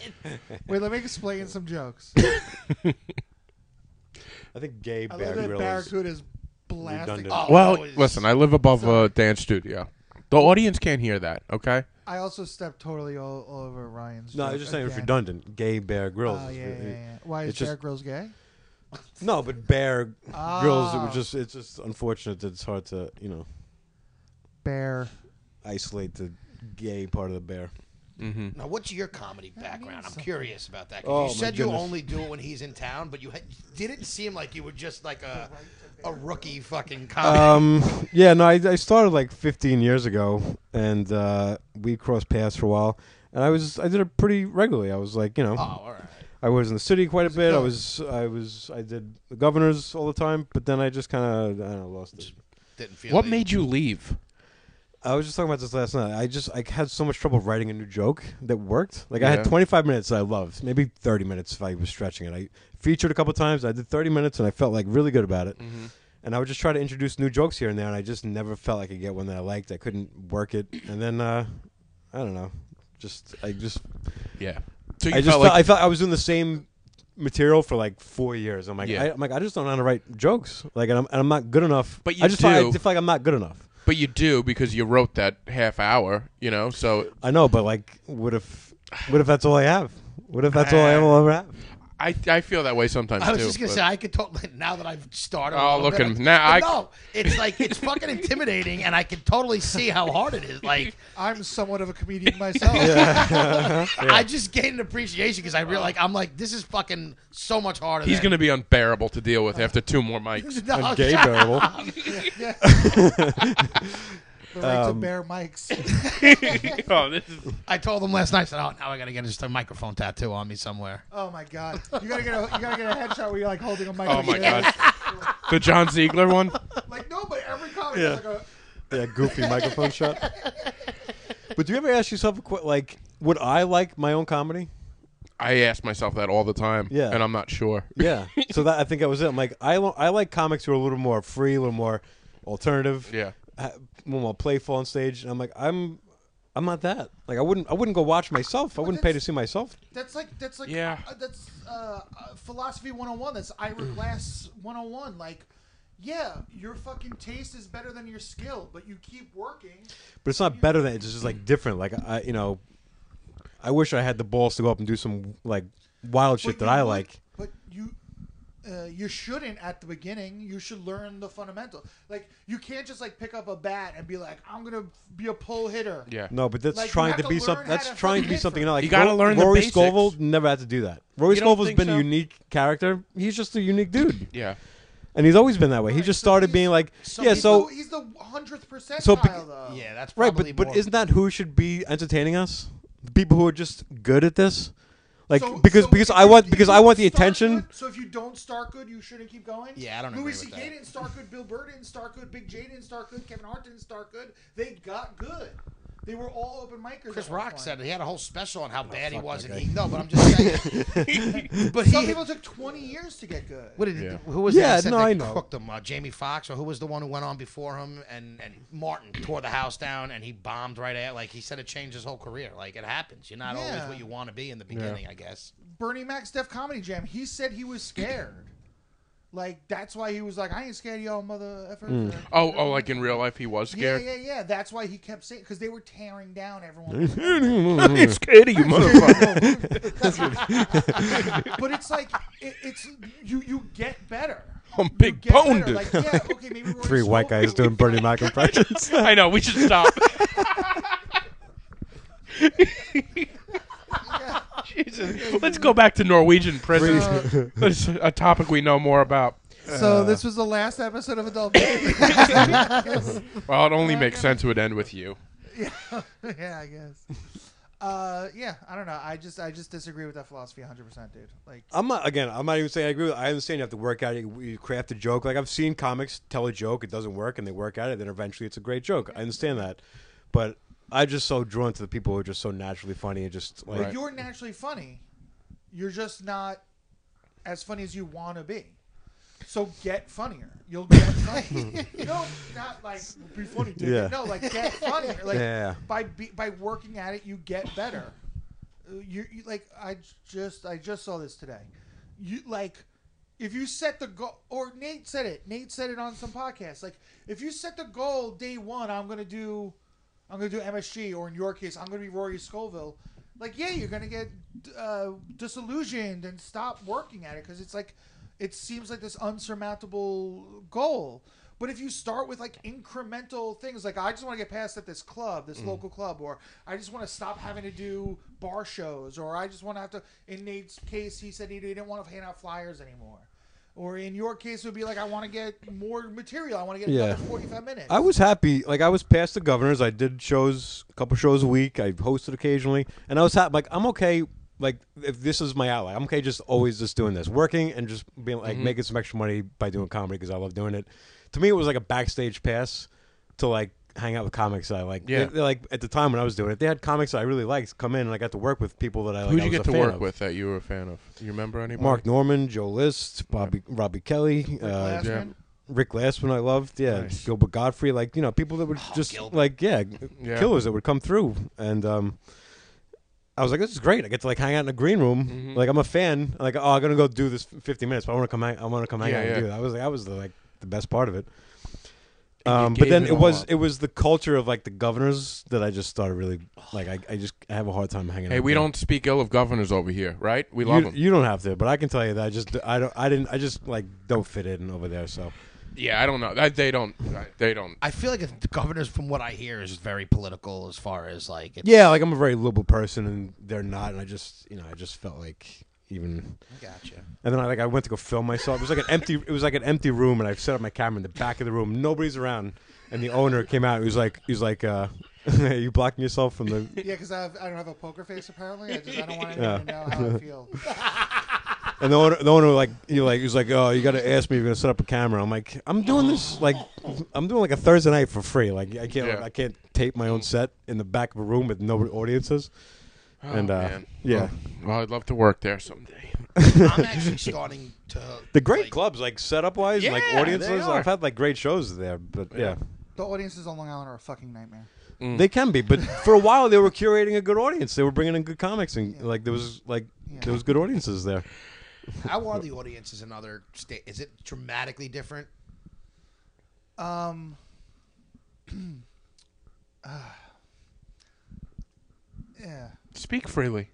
S5: wait let me explain some jokes
S4: I think Gabe
S5: i love that barracuda is blasting
S4: Redundant.
S2: Well,
S3: Oh, it's-
S2: listen, I live above a dance studio. The audience can't hear that, okay?
S5: i also stepped totally all, all over ryan's
S4: No, I
S5: joke
S4: was just saying it's
S5: again.
S4: redundant. Gay Bear Grylls.
S5: Oh,
S4: is
S5: yeah, yeah,
S4: really-
S5: yeah. Why is
S4: it's just-
S5: Bear Grylls gay?
S4: No, but Bear Grylls. It
S5: Ah.
S4: was just. It's just unfortunate that it's hard to you know
S5: Bear.
S4: isolate the gay part of the bear.
S3: Now, what's your comedy background? I'm curious about that. 'cause
S4: Oh,
S3: you
S4: my
S3: said you
S4: goodness.
S3: only do it when he's in town, but you had, didn't seem like you were just like a a rookie
S2: Uh,
S3: fucking comedy.
S4: Um, yeah, no, I, I started like 15 years ago, and uh, we crossed paths for a while. And I was I did it pretty regularly. I was like, you know,
S3: oh, all right.
S4: I was in the city quite a bit. I
S5: killer.
S4: was I was I did the governors all the time, but then I just kind of I don't know, lost it.
S3: Didn't feel.
S2: What
S3: like-
S2: made you leave?
S4: I was just talking about this last night. I just I had so much trouble writing a new joke that worked. Like I
S2: Yeah.
S4: had 25 minutes that I loved, maybe 30 minutes if I was stretching it. I featured a couple times. I did 30 minutes and I felt like really good about it.
S2: Mm-hmm.
S4: And I would just try to introduce new jokes here and there, and I just never felt I could get one that I liked. I couldn't work it, and then uh, I don't know, just I just
S2: Yeah. So you
S4: I just
S2: felt
S4: felt,
S2: like
S4: I felt I was in the same material for like four years. I'm like
S2: Yeah.
S4: I, I'm like I just don't know how to write jokes. Like and I'm, and I'm not good enough.
S2: But you
S4: I just felt-
S2: do.
S4: I feel like I'm not good enough.
S2: but you do because you wrote that half hour, you know. So
S4: I know, but like, what if, what if that's all I have? What if that's all I ever have?
S2: I I feel that way sometimes
S3: I was
S2: too.
S3: just gonna
S2: but-
S3: say I could totally now that I've started.
S2: Oh,
S3: a little
S2: look
S3: bit,
S2: at him. Now
S3: but
S2: I-
S3: no, it's like it's fucking intimidating, and I can totally see how hard it is. Like
S5: I'm somewhat of a comedian myself.
S3: I just gained an appreciation because I real like I'm like this is fucking so much harder.
S2: he's
S3: than-
S2: gonna be unbearable to deal with after two more mics.
S3: No,
S5: Oh,
S4: And gay bearable.
S5: The right
S4: Um,
S5: to bear mics.
S2: oh, this is
S3: I told him last night. I said, "Oh, now I gotta get just a microphone tattoo on me somewhere."
S5: Oh my god! You gotta get a you gotta get a headshot where you're like holding a mic.
S2: oh
S5: like
S2: my
S5: this.
S2: god, the John Ziegler one.
S5: Like no, but every comic
S4: Yeah.
S5: has like a
S4: Yeah, goofy microphone shot. But do you ever ask yourself, a qu- like, would I like my own comedy?
S2: I ask myself that all the time.
S4: Yeah.
S2: and I'm not sure.
S4: Yeah. So that I think that was it. I'm like, I, lo- I like comics who are a little more free, a little more alternative.
S2: Yeah.
S4: ha- a little more playful on stage. And I'm like, I'm, I'm not that. Like, I wouldn't, I wouldn't go watch myself. I wouldn't pay to
S5: that's-
S4: see myself.
S5: That's like that's like
S2: Yeah.
S5: uh, that's uh, uh, philosophy 101. That's Ira
S4: Mm.
S5: Glass 101. Like, yeah, your fucking taste is better than your skill, but you keep working.
S4: But it's not better than it's just like different. Like, I, you know, I wish I had the balls to go up and do some like wild shit
S5: but
S4: that
S5: you
S4: I
S5: would-
S4: like.
S5: But you. Uh, you shouldn't at the beginning. You should learn the fundamental. Like you can't just like pick up a bat and be like, "I'm gonna be a pull hitter."
S2: Yeah.
S4: No, but that's
S5: Like, you
S4: trying
S5: have
S4: to
S5: to
S4: be
S5: learn
S4: something.
S5: how
S4: That's
S5: to
S4: trying to be
S5: fucking
S4: something
S5: hit
S4: else. Like,
S2: You gotta
S4: Ro-
S2: learn the
S4: Rory
S2: basics.
S4: Scovel never had to do that. Rory
S2: You don't
S4: Scovel's
S2: think
S4: been
S2: so?
S4: a unique character. He's just a unique dude,
S2: Yeah.
S4: and he's always been that way. He
S5: Right,
S4: just
S5: so
S4: started
S5: he's-
S4: being like,
S5: So
S4: yeah,
S5: he's
S4: so
S5: the, he's the hundredth percentile
S4: So bec-
S5: though.
S3: Yeah, that's
S4: right.
S3: probably
S4: But but
S3: more-
S4: isn't that who should be entertaining us? The people who are just good at this, like
S5: So-
S4: because
S5: so
S4: because
S5: if
S4: I
S5: you-
S4: want
S5: if
S4: because
S5: you
S4: I want the
S5: start
S4: attention.
S5: good- so if you don't start good, you shouldn't keep going.
S3: Yeah, I don't agree
S5: Louis
S3: with
S5: C.K.
S3: that.
S5: didn't start good. Bill Burr didn't start good. Big J didn't start good. Kevin Hart didn't start good. They got good. They were all open micers.
S3: Chris
S5: at one
S3: Rock
S5: point.
S3: said he had a whole special on how bad he was, and he no, but I'm just saying. but
S5: Some
S3: he,
S5: people took 20 years to get good.
S3: what did he,
S2: Yeah.
S3: who was
S4: Yeah,
S3: that said
S4: no,
S3: that
S4: I know.
S3: cooked him? Uh, Jamie Foxx, or who was the one who went on before him? And and Martin tore the house down, and he bombed right at. Like he said, it changed his whole career. Like it happens. You're not always
S5: Yeah.
S3: what you want to be in the beginning, I guess.
S5: Bernie Mac's Def Comedy Jam, he said he was scared. Like, that's why he was like, I ain't scared of y'all mother effers.
S4: Mm.
S2: Oh, oh, like in real life, he was
S5: Yeah,
S2: scared.
S5: yeah, yeah. That's why he kept saying, because they were tearing down everyone.
S2: It's scared of you, motherfucker.
S5: but it's like it, it's you you get better.
S2: I'm
S5: You
S2: big
S5: get better.
S2: boned.
S5: Like, yeah, okay, maybe Rory
S4: Three white
S5: Scovel-
S4: guys doing Bernie Mac impressions.
S2: I know. We should stop. Jesus. Let's go back to Norwegian prison. That's a topic we know more about.
S5: So this was the last episode of Adult. Baby.
S2: Well, it only makes sense it would end with you.
S5: yeah, I guess. Uh, yeah, I don't know. I just I just disagree with that philosophy 100, percent dude. Like,
S4: I'm not again. I'm not even saying I agree. With, I understand you have to work at it. You you craft a joke. Like I've seen comics tell a joke, it doesn't work, and they work at it. Then eventually, it's a great joke. I understand that, but I'm just so drawn to the people who are just so naturally funny and just like
S2: Right.
S5: you're naturally funny. You're just not as funny as you want to be. So get funnier. You'll get funny. no, not like be funny, dude.
S4: Yeah.
S5: No, like get funnier. Like
S4: Yeah.
S5: by be, by working at it, you get better. Uh, You, you like I j- just I just saw this today. You like if you set the goal, or Nate said it. Nate said it on some podcast. Like if you set the goal day one, I'm gonna do, I'm gonna do MSG, or in your case, I'm gonna be Rory Scoville. Like yeah, you're gonna get uh, disillusioned and stop working at it because it's like it seems like this unsurmountable goal. But if you start with like incremental things, like I just want to get past at this club,
S4: Mm.
S5: this local club, or I just want to stop having to do bar shows, or I just want to have to. In Nate's case, he said he didn't want to hand out flyers anymore. Or in your case, it would be like I want to get more material. I want to get
S4: Yeah.
S5: another forty-five minutes.
S4: I was happy. Like I was past the governors. I did shows, a couple shows a week. I hosted occasionally, and I was happy. Like I'm okay. Like if this is my outlet, I'm okay. Just always just doing this, working and just being like
S2: Mm-hmm.
S4: making some extra money by doing comedy because I love doing it. To me, it was like a backstage pass to like hang out with comics that I like.
S2: Yeah.
S4: They- they, like at the time when I was doing it, they had comics that I really liked come in, and I got to work with people that I. Like,
S2: Who'd
S4: I
S2: you
S4: was
S2: get to
S4: a fan
S2: work
S4: of.
S2: with that you were a fan of? You remember anybody?
S4: Mark Norman, Joe List, Bobby, Robbie Kelly, Rick, uh,
S5: Glassman.
S2: yeah.
S4: Rick Glassman, I loved. Yeah,
S2: Nice.
S4: Gilbert Godfrey, like you know, people that would just
S3: Gilbert.
S4: like yeah,
S2: Yeah.
S4: killers that would come through, and um, I was like, this is great. I get to like hang out in a green room.
S2: Mm-hmm.
S4: Like I'm a fan. Like oh, I'm gonna go do this 50 minutes, but I want to come hang. I want to come hang
S2: Yeah,
S4: out
S2: yeah.
S4: and do. That I was like, that was the, like the best part of it. Um,
S2: You
S4: but
S2: gave
S4: then
S2: it
S4: it
S2: all
S4: was
S2: up.
S4: it was the culture of like the governors that I just started really like I, I just I have a hard time hanging. out
S2: Hey,
S4: with
S2: we
S4: them.
S2: don't speak ill of governors over here, right? We
S4: You,
S2: love them.
S4: you don't have to, but I can tell you that I just I don't I didn't I just like don't fit in over there. So
S2: Yeah, I don't know. I, they don't. I- They don't.
S3: I feel like the governor's, from what I hear, is very political as far as like. It's,
S4: yeah, like I'm a very liberal person, and they're not, and I just you know I just felt like even
S3: Gotcha.
S4: And then I like I went to go film myself. It was like an empty it was like an empty room and I set up my camera in the back of the room. Nobody's around. And the owner came out. He was like he was like uh you blocking yourself from the
S5: Yeah, because I, have- I don't have a poker face apparently. I just I don't want anyone to know how I feel.
S4: and the owner the owner like he like he was like, "Oh, you got to ask me if you're going to set up a camera." I'm like, "I'm doing this like I'm doing like a Thursday night for free. Like I can't
S2: Yeah.
S4: I can't tape my own set in the back of a room with nobody audiences." and uh
S2: Oh, man. Oh,
S4: yeah.
S2: Well, I'd love to work there someday.
S3: I'm actually starting to.
S4: The great clubs like setup wise, like
S2: Yeah, they
S4: audiences.
S2: are.
S4: I've had like great shows there, but yeah.
S5: The audiences on Long Island are a fucking nightmare.
S4: They can be, but for a while they were curating a good audience. They were bringing in good comics, and like there was like there was good audiences there.
S3: How are the audiences in other state? Is it dramatically different?
S5: Um, ah. yeah,
S2: Speak freely.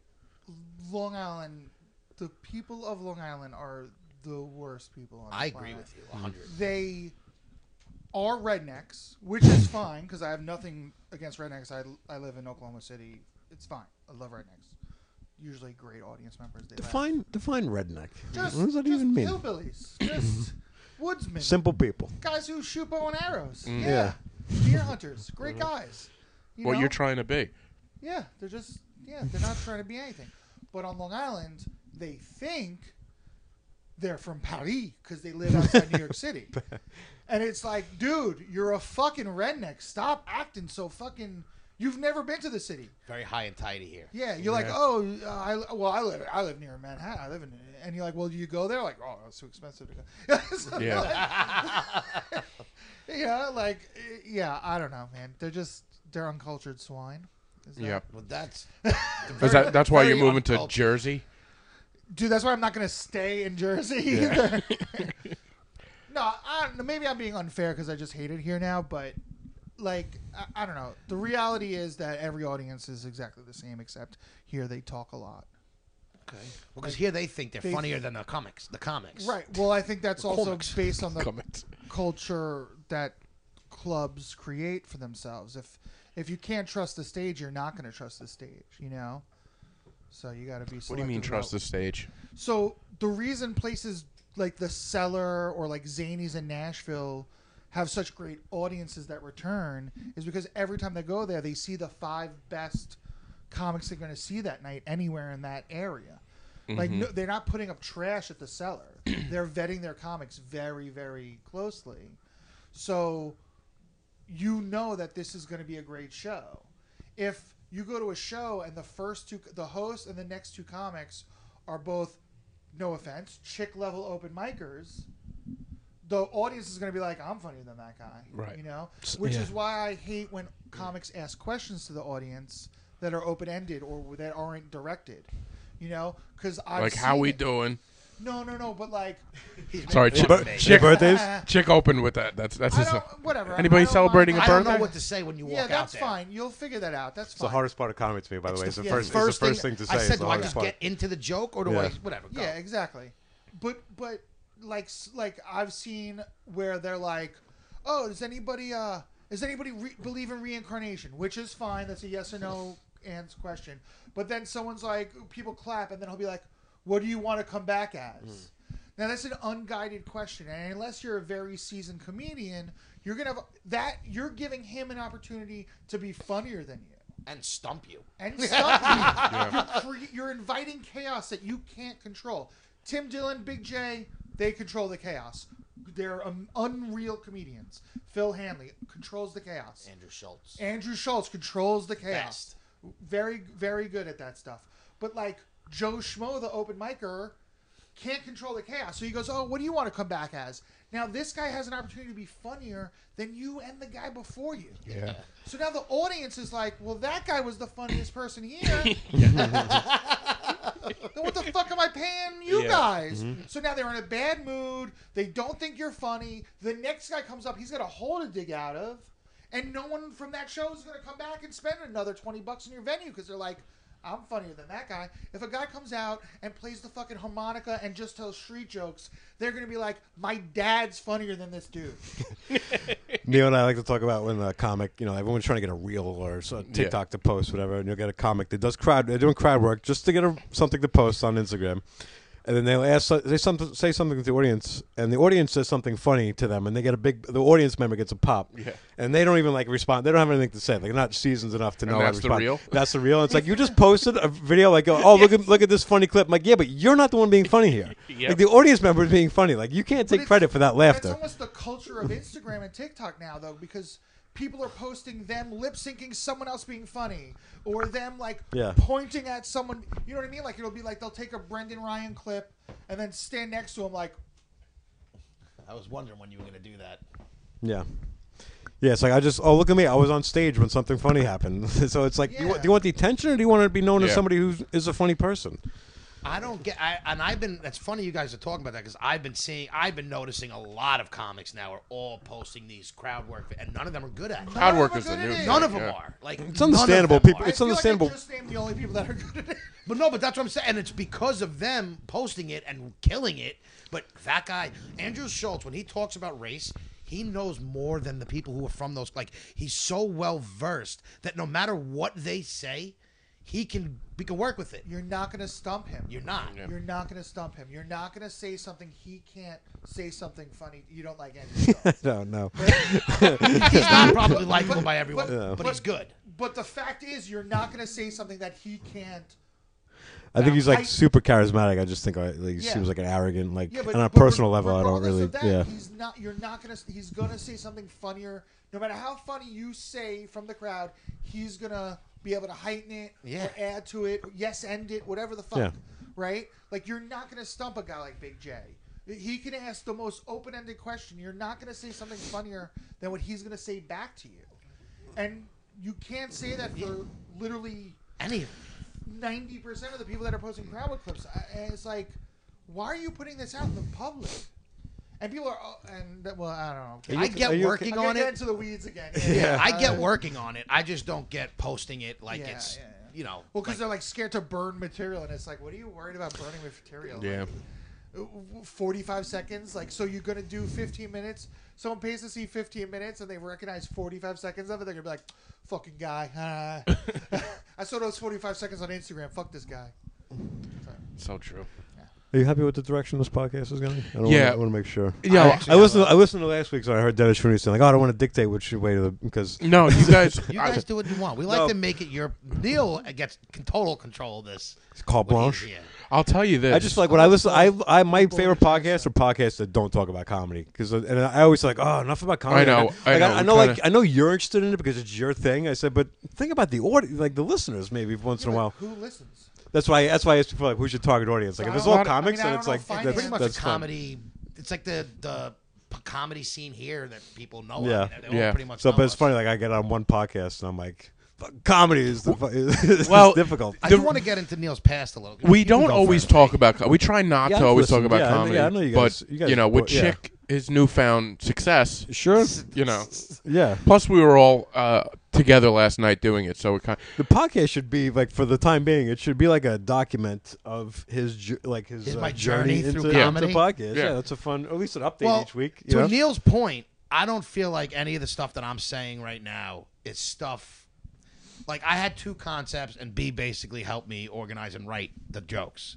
S5: Long Island. The people of Long Island are the worst people on. The
S3: I agree
S5: planet.
S3: with you 100.
S5: They are rednecks, which is fine because I have nothing against rednecks. I, I live in Oklahoma City. It's fine. I love rednecks. Usually great audience members. They laugh.
S4: Define define redneck.
S5: Just,
S4: what does that
S5: just
S4: even mean?
S5: Hillbillies, just woodsmen,
S4: Simple people.
S5: guys who shoot bow and arrows.
S4: Mm. Yeah. Mm-hmm.
S5: Yeah. deer hunters, great guys. You
S2: what
S5: know?
S2: you're trying to be.
S5: Yeah, they're just yeah, they're not trying to be anything. But on Long Island, they think they're from Paris because they live outside New York City. And it's like, dude, you're a fucking redneck. Stop acting so fucking. You've never been to the city.
S3: Very high and tidy here.
S5: Yeah, you're like, oh, uh, I well, I live, I live near Manhattan. I live in, and you're like, well, do you go there? Like, oh, it's too expensive to go. So,
S2: Yeah.
S5: like, yeah, like, eh, yeah, I don't know, man. They're just they're uncultured swine. Is that-
S2: Yep.
S3: Well, that's
S2: Is that, that's why you're
S3: very
S2: moving to
S3: uncultured.
S2: Jersey.
S5: dude, that's why I'm not gonna stay in Jersey either. no, I, maybe I'm being unfair because I just hate it here now, but like, I, I don't know. The reality is that every audience is exactly the same, except here they talk a lot.
S3: okay. Because here they think they're
S5: They-
S3: funnier than the comics. The comics.
S5: Right. Well, I think that's also
S3: Comics.
S5: based on the
S2: Comics.
S5: culture that clubs create for themselves. If if you can't trust the stage, you're not going to trust the stage. You know. So you got to be.
S2: What do you mean
S5: selective
S2: trust the
S5: about-
S2: stage?
S5: So the reason places like the Cellar or like Zanies in Nashville have such great audiences that return is because every time they go there, they see the five best comics they're going to see that night anywhere in that area. Like no, they're not putting up trash at the Cellar. they're vetting their comics very very closely. So you know that this is going to be a great show. If you go to a show and the first two, the host and the next two comics are both, no offense, chick level open micers, the audience is going to be like, I'm funnier than that guy.
S2: Right.
S5: You know?
S4: S-
S5: Which
S4: yeah.
S5: is why I hate when comics ask questions to the audience that are open ended or that aren't directed. You know? Because I.
S2: like how we doing?
S5: No, no, no, but like.
S2: Sorry,
S3: Happy
S2: chick,
S3: birthday.
S2: chick,
S4: Happy birthdays.
S2: chick opened with that. That's that's
S5: I
S2: his.
S5: don't, whatever.
S2: Anybody
S5: I don't
S2: celebrating
S5: mind-
S2: a
S3: I
S5: I
S3: don't
S2: birthday?
S3: know what to say when you walk
S5: yeah,
S3: out
S5: that's
S3: there.
S5: fine. You'll figure that out. That's
S4: It's the
S5: fine.
S4: hardest part of comedy to me, by the way. It's the
S5: yeah,
S4: first,
S5: the
S4: it's the first thing, to say.
S3: I said,
S4: is
S3: do
S4: the
S3: I
S4: hardest
S3: just
S4: part.
S3: get into the joke or do I
S4: Yeah.
S3: whatever? Go.
S5: Yeah, exactly. But but like s- like I've seen where they're like, oh, does anybody uh does anybody re- believe in reincarnation? Which is fine. That's a yes or no ans question. But then someone's like, people clap, and then he'll be like, what do you want to come back as? Now that's an unguided question, and unless you're a very seasoned comedian, you're gonna have that. You're giving him an opportunity to be funnier than you
S3: And stump you.
S5: and stop you. You're, cre- you're inviting chaos that you can't control. Tim Dillon, Big J, they control the chaos. They're um, unreal comedians. Phil Hanley controls the chaos.
S3: Andrew Schultz.
S5: Andrew Schultz controls the
S3: Best.
S5: chaos. Very, very good at that stuff. But like Joe Schmo, the open micer, can't control the chaos. So he goes, "Oh, what do you want to come back as?" Now this guy has an opportunity to be funnier than you and the guy before you.
S2: yeah.
S5: So now the audience is like, well, that guy was the funniest person here. then what the fuck am I paying you
S2: Yeah.
S5: guys? So now they're in a bad mood. They don't think you're funny. The next guy comes up, he's got a hole to dig out of, and no one from that show is going to come back and spend another twenty bucks in your venue because they're like. I'm funnier than that guy. If a guy comes out and plays the fucking harmonica and just tells street jokes, they're gonna be like, "My dad's funnier than this dude."
S4: Neil and I like to talk about when a comic, you know, everyone's trying to get a reel or so, TikTok to post, whatever, and you'll get a comic that does crowd, they're doing crowd work just to get a, something to post on Instagram. And then they'll ask, they some, say something to the audience, and the audience says something funny to them, and they get a big, the audience member gets a pop.
S2: Yeah.
S4: And they don't even like respond. They don't have anything to say. Like, they're not seasoned enough to know how to
S2: that's the
S4: respond.
S2: reel?
S4: That's the real. It's like, you just posted a video, like, oh, look, at, look at this funny clip. I'm like, yeah, but you're not the one being funny here.
S2: Yep.
S4: Like, the audience member is being funny. Like, you can't take
S5: it's-
S4: credit for that
S5: That's
S4: laughter.
S5: almost the culture of Instagram and TikTok now, though, because people are posting them lip syncing someone else being funny or them like
S4: Yeah.
S5: pointing at someone. You know what I mean? Like it'll be like they'll take a Brendan Ryan clip and then stand next to him like.
S3: I was wondering when you were going to do that.
S4: Yeah. Yeah, it's like I just oh look at me, I was on stage when something funny happened. so it's like do, you, want-
S5: Yeah.
S4: do you want the attention or do you want to be known as
S2: Yeah.
S4: somebody who is a funny person?
S3: I don't get. I, and I've been. That's funny you guys are talking about that because I've been seeing. I've been noticing a lot of comics now are all posting these crowd work, and none of them are good at. it.
S2: Crowd
S5: Oh,
S2: work
S5: my
S2: is the new.
S5: goodness.
S2: thing,
S3: None of them
S2: yeah.
S3: are. Like
S4: It's understandable. People,
S5: I
S4: it's
S5: feel
S4: understandable.
S5: Like I just named the only people that are good at it.
S3: But no, but that's what I'm saying. And it's because of them posting it and killing it. But that guy, Andrew Schultz, when he talks about race, he knows more than the people who are from those. Like, he's so well versed that no matter what they say, he can we can work with it.
S5: You're not gonna stump him.
S3: You're not.
S5: You're not gonna stump him. You're not gonna say something he can't say something funny. You don't like any. of.
S4: no, no.
S3: He's not probably likable by everyone,
S5: but- Yeah.
S3: but he's good.
S5: but the fact is, you're not gonna say something that he can't.
S4: I think he's like
S5: I-
S4: super charismatic. I just think like, he
S5: Yeah.
S4: seems like an arrogant, like
S5: Yeah, but
S4: on a
S5: but
S4: personal
S5: reg-
S4: level. I don't
S5: regardless
S4: really.
S5: Of that,
S4: yeah,
S5: He's not. You're not gonna. He's gonna say something funnier, no matter how funny you say from the crowd. He's gonna be able to heighten it,
S3: Yeah.
S5: or add to it, or yes, end it, whatever the fuck.
S4: Yeah.
S5: Right? Like you're not gonna stump a guy like Big J. He can ask the most open-ended question. You're not gonna say something funnier than what he's gonna say back to you, and you can't say that for literally
S3: Any of
S5: ninety percent of the people that are posting crowd work clips, I- and it's like, why are you putting this out in the public? And people are, oh, and that- well, I don't know.
S3: I
S5: I'm
S4: are
S3: get
S4: you okay?
S3: working
S5: gonna
S3: on
S5: get
S3: it.
S5: into the weeds again.
S3: Yeah, I get
S5: Uh,
S3: working on it. I just don't get posting it like
S5: Yeah,
S3: it's
S5: yeah, yeah.
S3: you know.
S5: Well, because
S3: like,
S5: they're like scared to burn material, and it's like, what are you worried about burning material?
S2: Yeah.
S5: Like, Forty-five seconds, like so. You're gonna do fifteen minutes. Someone pays to see fifteen minutes, and they recognize forty-five seconds of it. They're gonna be like, "Fucking guy, uh, I saw those forty-five seconds on Instagram. Fuck this guy."
S2: So true.
S4: Are you happy with the direction this podcast is going? I don't
S2: Yeah.
S4: wanna, I want to make sure.
S2: Yeah,
S3: I
S2: well,
S3: actually
S4: I
S3: got a
S4: listened.
S3: lot-
S4: I listened to last week, so I heard Dennis Rooney saying like, "Oh, I don't want to dictate which way to the because."
S2: No, you guys.
S3: You
S2: I-
S3: guys do what you want. We like to make it your Neil gets c- total control of this.
S4: It's carte
S3: What
S4: blanche.
S3: he's- yeah.
S2: I'll tell you this.
S4: I just like when I listen. I, I my favorite podcasts are podcasts that don't talk about comedy because and I always like oh enough about comedy.
S2: I know, I
S4: Like,
S2: know,
S4: I,
S2: we
S4: know. Like
S2: kinda-
S4: I know you're interested in it because it's your thing. I said, but think about the audience, like the listeners, maybe once in a
S3: Oh.
S4: while.
S5: Who listens?
S4: That's why. That's why I asked people like who's your target audience. Like if
S5: I
S4: it's
S5: don't
S4: all
S5: know- I
S4: comics,
S5: mean, I
S4: then
S5: don't
S4: it's
S5: know
S4: like
S5: finance.
S4: that's
S3: pretty much
S4: that's
S3: a
S4: fun.
S3: comedy. It's like the the p- comedy scene here that people know.
S4: Yeah.
S3: of. I mean, they all
S2: Yeah.
S3: Pretty much.
S4: So,
S3: know
S4: but it's
S3: us.
S4: funny. Like I get on one podcast and I'm like, "Fuck, comedy is the fu- is
S2: Well,
S4: difficult.
S3: I
S2: The-
S3: do want to get into Neil's past a little.
S2: we
S3: You can
S2: don't
S3: go
S2: always
S3: first.
S2: talk about. co- We try not
S4: Yeah,
S2: to
S4: I've
S2: always talk
S4: listened.
S2: about
S4: Yeah, I-
S2: comedy.
S4: yeah, I know you guys-
S2: But
S4: you guys
S2: know, with
S4: support- yeah.
S2: Chick, his newfound success.
S4: Sure.
S2: You know.
S4: Yeah.
S2: Plus, we were all uh, together last night doing it, so it kind.
S4: The podcast should be like for the time being, it should be like a document of his ju- like his,
S3: His-
S4: uh,
S3: my journey
S4: journey,
S3: through
S4: into,
S3: comedy.
S4: into podcast. Yeah.
S2: Yeah.
S4: that's a fun. At least an update
S3: well,
S4: each week.
S3: To
S4: You know?
S3: Neil's point, I don't feel like any of the stuff that I'm saying right now is stuff. Like I had two concepts, and B basically helped me organize and write the jokes.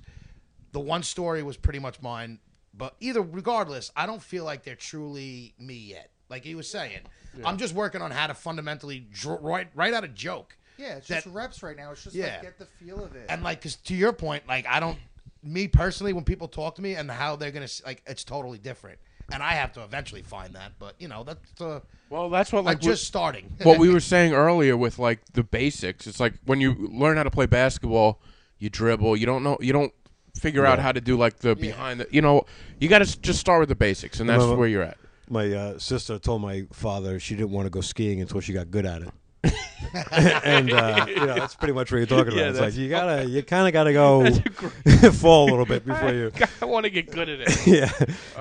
S3: The one story was pretty much mine, but either regardless, I don't feel like they're truly me yet. Like he was saying, I'm just working on how to fundamentally dr- write, write out a joke.
S5: Yeah, it's
S3: that-
S5: just reps right now. It's just
S3: Yeah.
S5: like get the feel of it.
S3: and like because to your point like i don't me personally when people talk to me and how they're gonna s- like it's totally different and i have to eventually find that but you know that's uh
S2: Well, that's what
S3: like
S2: like
S3: i'm just starting
S2: what we were saying earlier with like the basics. It's like when you learn how to play basketball, you dribble. You don't know. You don't figure out how to do like the behind the. You know, you got to just start with the basics, and that's
S4: Well,
S2: where you're at.
S4: my uh, sister told my father she didn't want to go skiing until she got good at it. and uh, you know that's pretty much what you're talking
S2: Yeah,
S4: about. It's
S2: that's-
S4: like you gotta, you kind of gotta go fall a little bit before you.
S2: I want to get good at it.
S4: Yeah,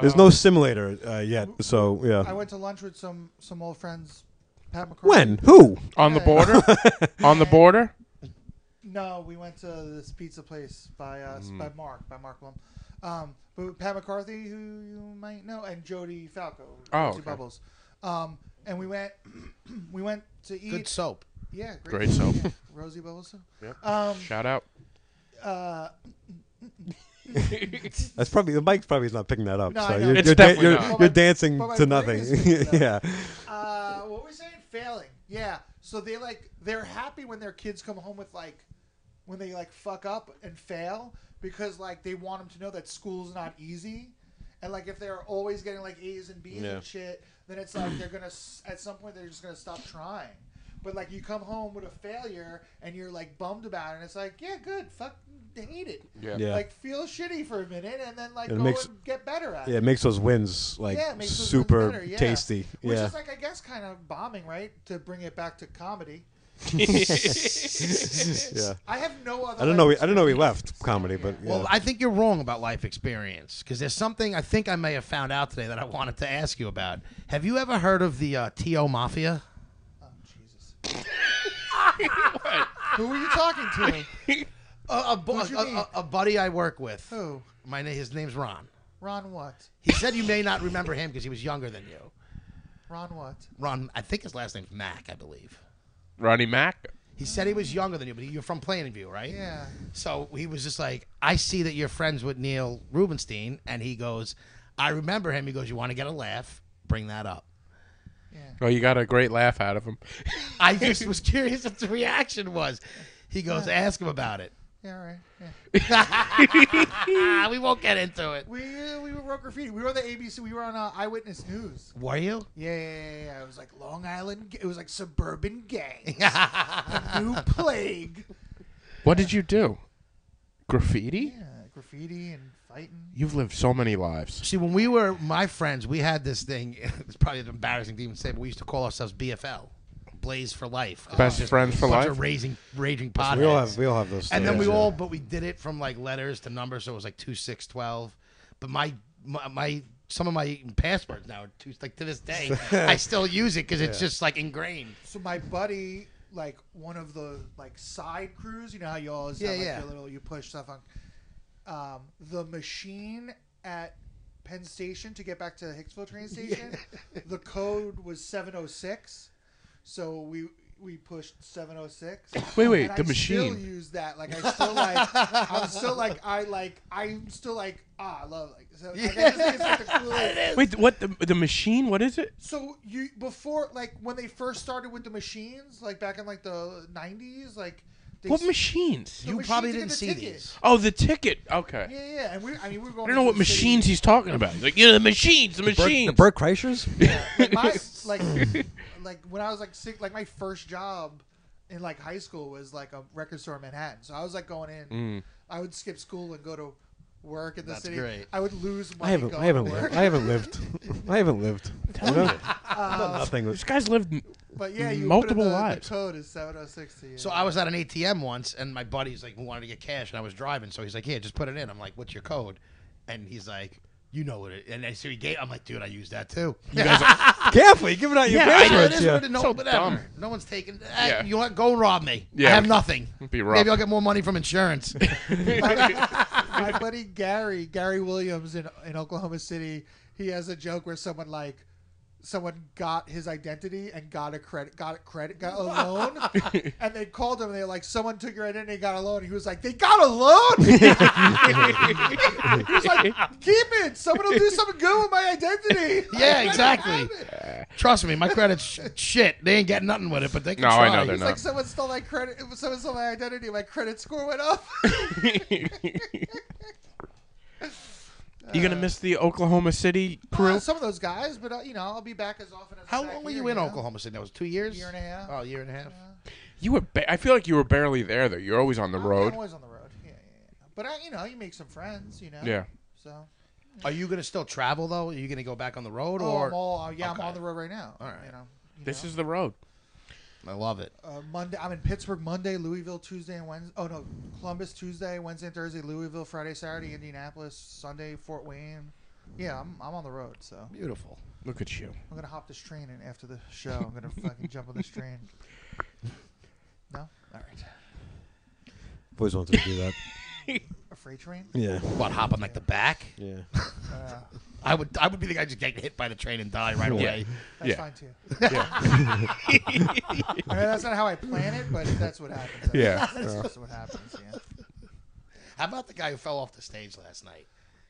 S4: there's no simulator uh, yet, so
S5: I
S4: yeah.
S5: went to lunch with some some old friends. Pat McCarthy.
S4: When? Who?
S2: On the border? On the border?
S5: No, we went to this pizza place by uh, by
S2: Mm.
S5: Mark by Mark Blum. Um, but Pat McCarthy, who you might know, and Jody Falco,
S2: Oh, okay.
S5: Tootsie Bubbles. Um, and we went we went to eat.
S3: Good soap.
S5: yeah,
S2: Great soap.
S5: Yeah, Rosie Bubbles. Soap.
S2: Yep.
S5: Um,
S2: Shout out.
S5: uh,
S4: That's probably the mic's probably not picking that up.
S5: No,
S4: so
S5: I know.
S4: you're,
S2: It's
S4: you're, da-
S2: definitely
S4: you're,
S2: not.
S4: you're
S5: But my-
S4: dancing
S5: but my
S4: to
S5: brain
S4: nothing.
S5: is picking it
S4: yeah,
S5: uh, what were we saying? Failing. Yeah. So they like they're happy when their kids come home with like when they like fuck up and fail because like they want them to know that school's not easy, and like if they're always getting like A's and B's
S4: Yeah.
S5: and shit, then it's like they're gonna s- at some point they're just gonna stop trying. But like you come home with a failure and you're like bummed about it, and it's like yeah, good, fuck, hate it.
S2: Yeah.
S4: yeah.
S5: Like feel shitty for a minute and then like
S4: It
S5: go
S4: makes-
S5: and get better at it
S4: yeah, it makes those wins like
S5: yeah, it makes those ones
S4: super
S5: better, yeah.
S4: tasty.
S5: Which
S4: yeah,
S5: is like I guess kind of bombing, right? To bring it back to comedy.
S4: yeah.
S5: I have no other.
S4: I don't know. We,
S5: like,
S4: I don't know. We left comedy, but yeah.
S3: Well, I think you're wrong about life experience because there's something I think I may have found out today that I wanted to ask you about. Have you ever heard of the uh, TO Mafia?
S5: Oh, Jesus. Who were you talking to?
S3: A, a, bu-
S5: What you
S3: a-
S5: mean?
S3: a- a buddy I work with.
S5: Who?
S3: My name, his name's Ron.
S5: Oh, Ron what?
S3: He said you may not remember him because he was younger than you.
S5: Ron what?
S3: Ron, I think his last name's Mac, I believe.
S2: Ronnie Mack?
S3: He said he was younger than you, but you're from Plainview, right?
S5: Yeah.
S3: So he was just like, I see that you're friends with Neil Rubenstein. And he goes, I remember him. He goes, You want to get a laugh? Bring that up.
S2: Oh, you got a great laugh out of him.
S3: I just was curious if the reaction was. He goes, Ask him about it.
S5: Yeah. all Right. Yeah.
S3: Ah, we won't get into it.
S5: We uh, we were graffiti. We were on the ABC. We were on uh, Eyewitness News.
S3: Were you?
S5: Yeah, yeah, yeah, yeah. It was like Long Island. It was like suburban gang. New plague.
S2: What did you do? Graffiti?
S5: Yeah, Uh, graffiti and fighting.
S2: You've lived so many lives.
S3: See, when we were my friends, we had this thing. It's probably embarrassing to even say, but we used to call ourselves BFL, Blaze for Life.
S2: Best friends for
S3: bunch
S2: life.
S3: Of raging, raging potheads.
S4: we all have we all have those.
S3: and then we
S4: stories, yeah.
S3: all, but we did it from like letters to numbers, so it was like two, six, twelve. But my, my, my some of my passwords now are two, like to this day, I still use it because it's just like ingrained.
S5: So my buddy, like one of the like side crews, you know how you always
S3: Yeah,
S5: have like
S3: yeah.
S5: your little you push stuff on. Um, the machine at Penn Station to get back to Hicksville train station, the code was seven oh six, so we we pushed seven oh six.
S2: Wait, wait,
S5: and
S2: the
S5: I Still
S2: machine.
S5: use that like I still like I'm still like I like I'm still like ah I love like so. Like, I just think it's like the coolest.
S2: Wait, what? The, the machine? What is it?
S5: So you before like when they first started with the machines, like back in like the nineties, like they
S2: What
S5: s-
S2: machines?
S5: the
S3: You probably
S5: machines
S3: didn't
S5: to
S3: see
S5: get the ticket.
S3: these.
S2: Oh, the ticket. Okay.
S5: Yeah, yeah, yeah, and we I mean we were
S2: I
S5: going.
S2: don't know what
S5: into the city.
S2: machines he's talking about. He's like, yeah, the machines, the
S4: Bert-
S2: machines.
S4: the Bert Kreischer's.
S5: Like, my, like like when I was like sick, like my first job in like high school was like a record store in Manhattan. So I was like going in. I would skip school and go to work in the
S3: Mm. That's
S5: city.
S3: great.
S5: I would lose money.
S4: I haven't.
S5: going
S4: I haven't.
S5: to work.
S4: Lived. I haven't lived. I haven't lived. You know?
S3: Uh,
S4: Nothing.
S2: this guy's lived.
S5: But yeah, you
S2: Multiple
S5: put in the,
S2: lives.
S5: The code is seven oh six to you.
S3: So I was at an ATM once, and my buddy's like wanted to get cash, and I was driving, so he's like, "Yeah, just put it in." I'm like, "What's your code?" And he's like, "You know what?" It, and I see he gave. I'm like, "Dude, I use that too."
S4: Careful, you're giving out your
S2: Yeah, I know,
S4: passwords.
S3: It is
S4: yeah.
S3: what it- no,
S2: So
S3: whatever.
S2: dumb.
S3: No one's taking. eh,
S2: Yeah.
S3: You want go rob me? I
S2: Yeah.
S3: have nothing.
S2: Be rough.
S3: Maybe I'll get more money from insurance.
S5: my buddy Gary, Gary Williams in in Oklahoma City, he has a joke where someone like someone got his identity and got a credit got a credit got a loan and they called him and they're like someone took your identity and got a loan he was like they got a loan he was like keep it someone will do something good with my identity
S3: yeah, exactly. Trust me, my credit's sh- shit. They ain't getting nothing with it, but they can
S2: No,
S3: try.
S2: I know they're
S5: It's
S2: not.
S5: like someone stole my credit. Someone stole my identity. My credit score went up.
S2: you gonna miss the Oklahoma City crew?
S5: Some of those guys, but uh, you know, I'll be back as often as.
S3: How
S5: I'm back
S3: long were
S5: here,
S3: you in
S5: know?
S3: Oklahoma City? That was two years.
S5: Year and a half.
S3: Oh, year and a half.
S2: you were. Ba- I feel like you were barely there though. You're always on the
S5: I'm
S2: road.
S5: always on the road. Yeah, yeah, yeah. But I, you know, you make some friends. You know.
S2: Yeah.
S5: So.
S3: Are you gonna still travel though? Are you gonna go back on the road
S5: Oh,
S3: or?
S5: I'm all, yeah, I'm
S3: Okay.
S5: on the road right now.
S3: All right.
S5: You know. you
S2: This
S5: know.
S2: is the road.
S3: I love it.
S5: uh, Monday. I'm in Pittsburgh Monday, Louisville Tuesday and Wednesday. Oh no, Columbus Tuesday, Wednesday and Thursday, Louisville Friday, Saturday, Indianapolis Sunday, Fort Wayne. Yeah, I'm, I'm on the road, so
S3: Beautiful.
S2: Look at you.
S5: I'm gonna hop this train in after the show. I'm gonna fucking jump on this train. No, all right,
S4: Always wanted to do that.
S5: a freight train.
S4: Yeah.
S3: What hop on like the back?
S4: Yeah.
S5: Uh,
S3: I would I would be the guy just getting hit by the train and die right away.
S5: that's
S2: Yeah.
S5: fine too. I mean, that's not how I plan it, but that's what happens.
S2: Yeah. Uh-huh.
S5: that's just what happens. Yeah.
S3: How about the guy who fell off the stage last night?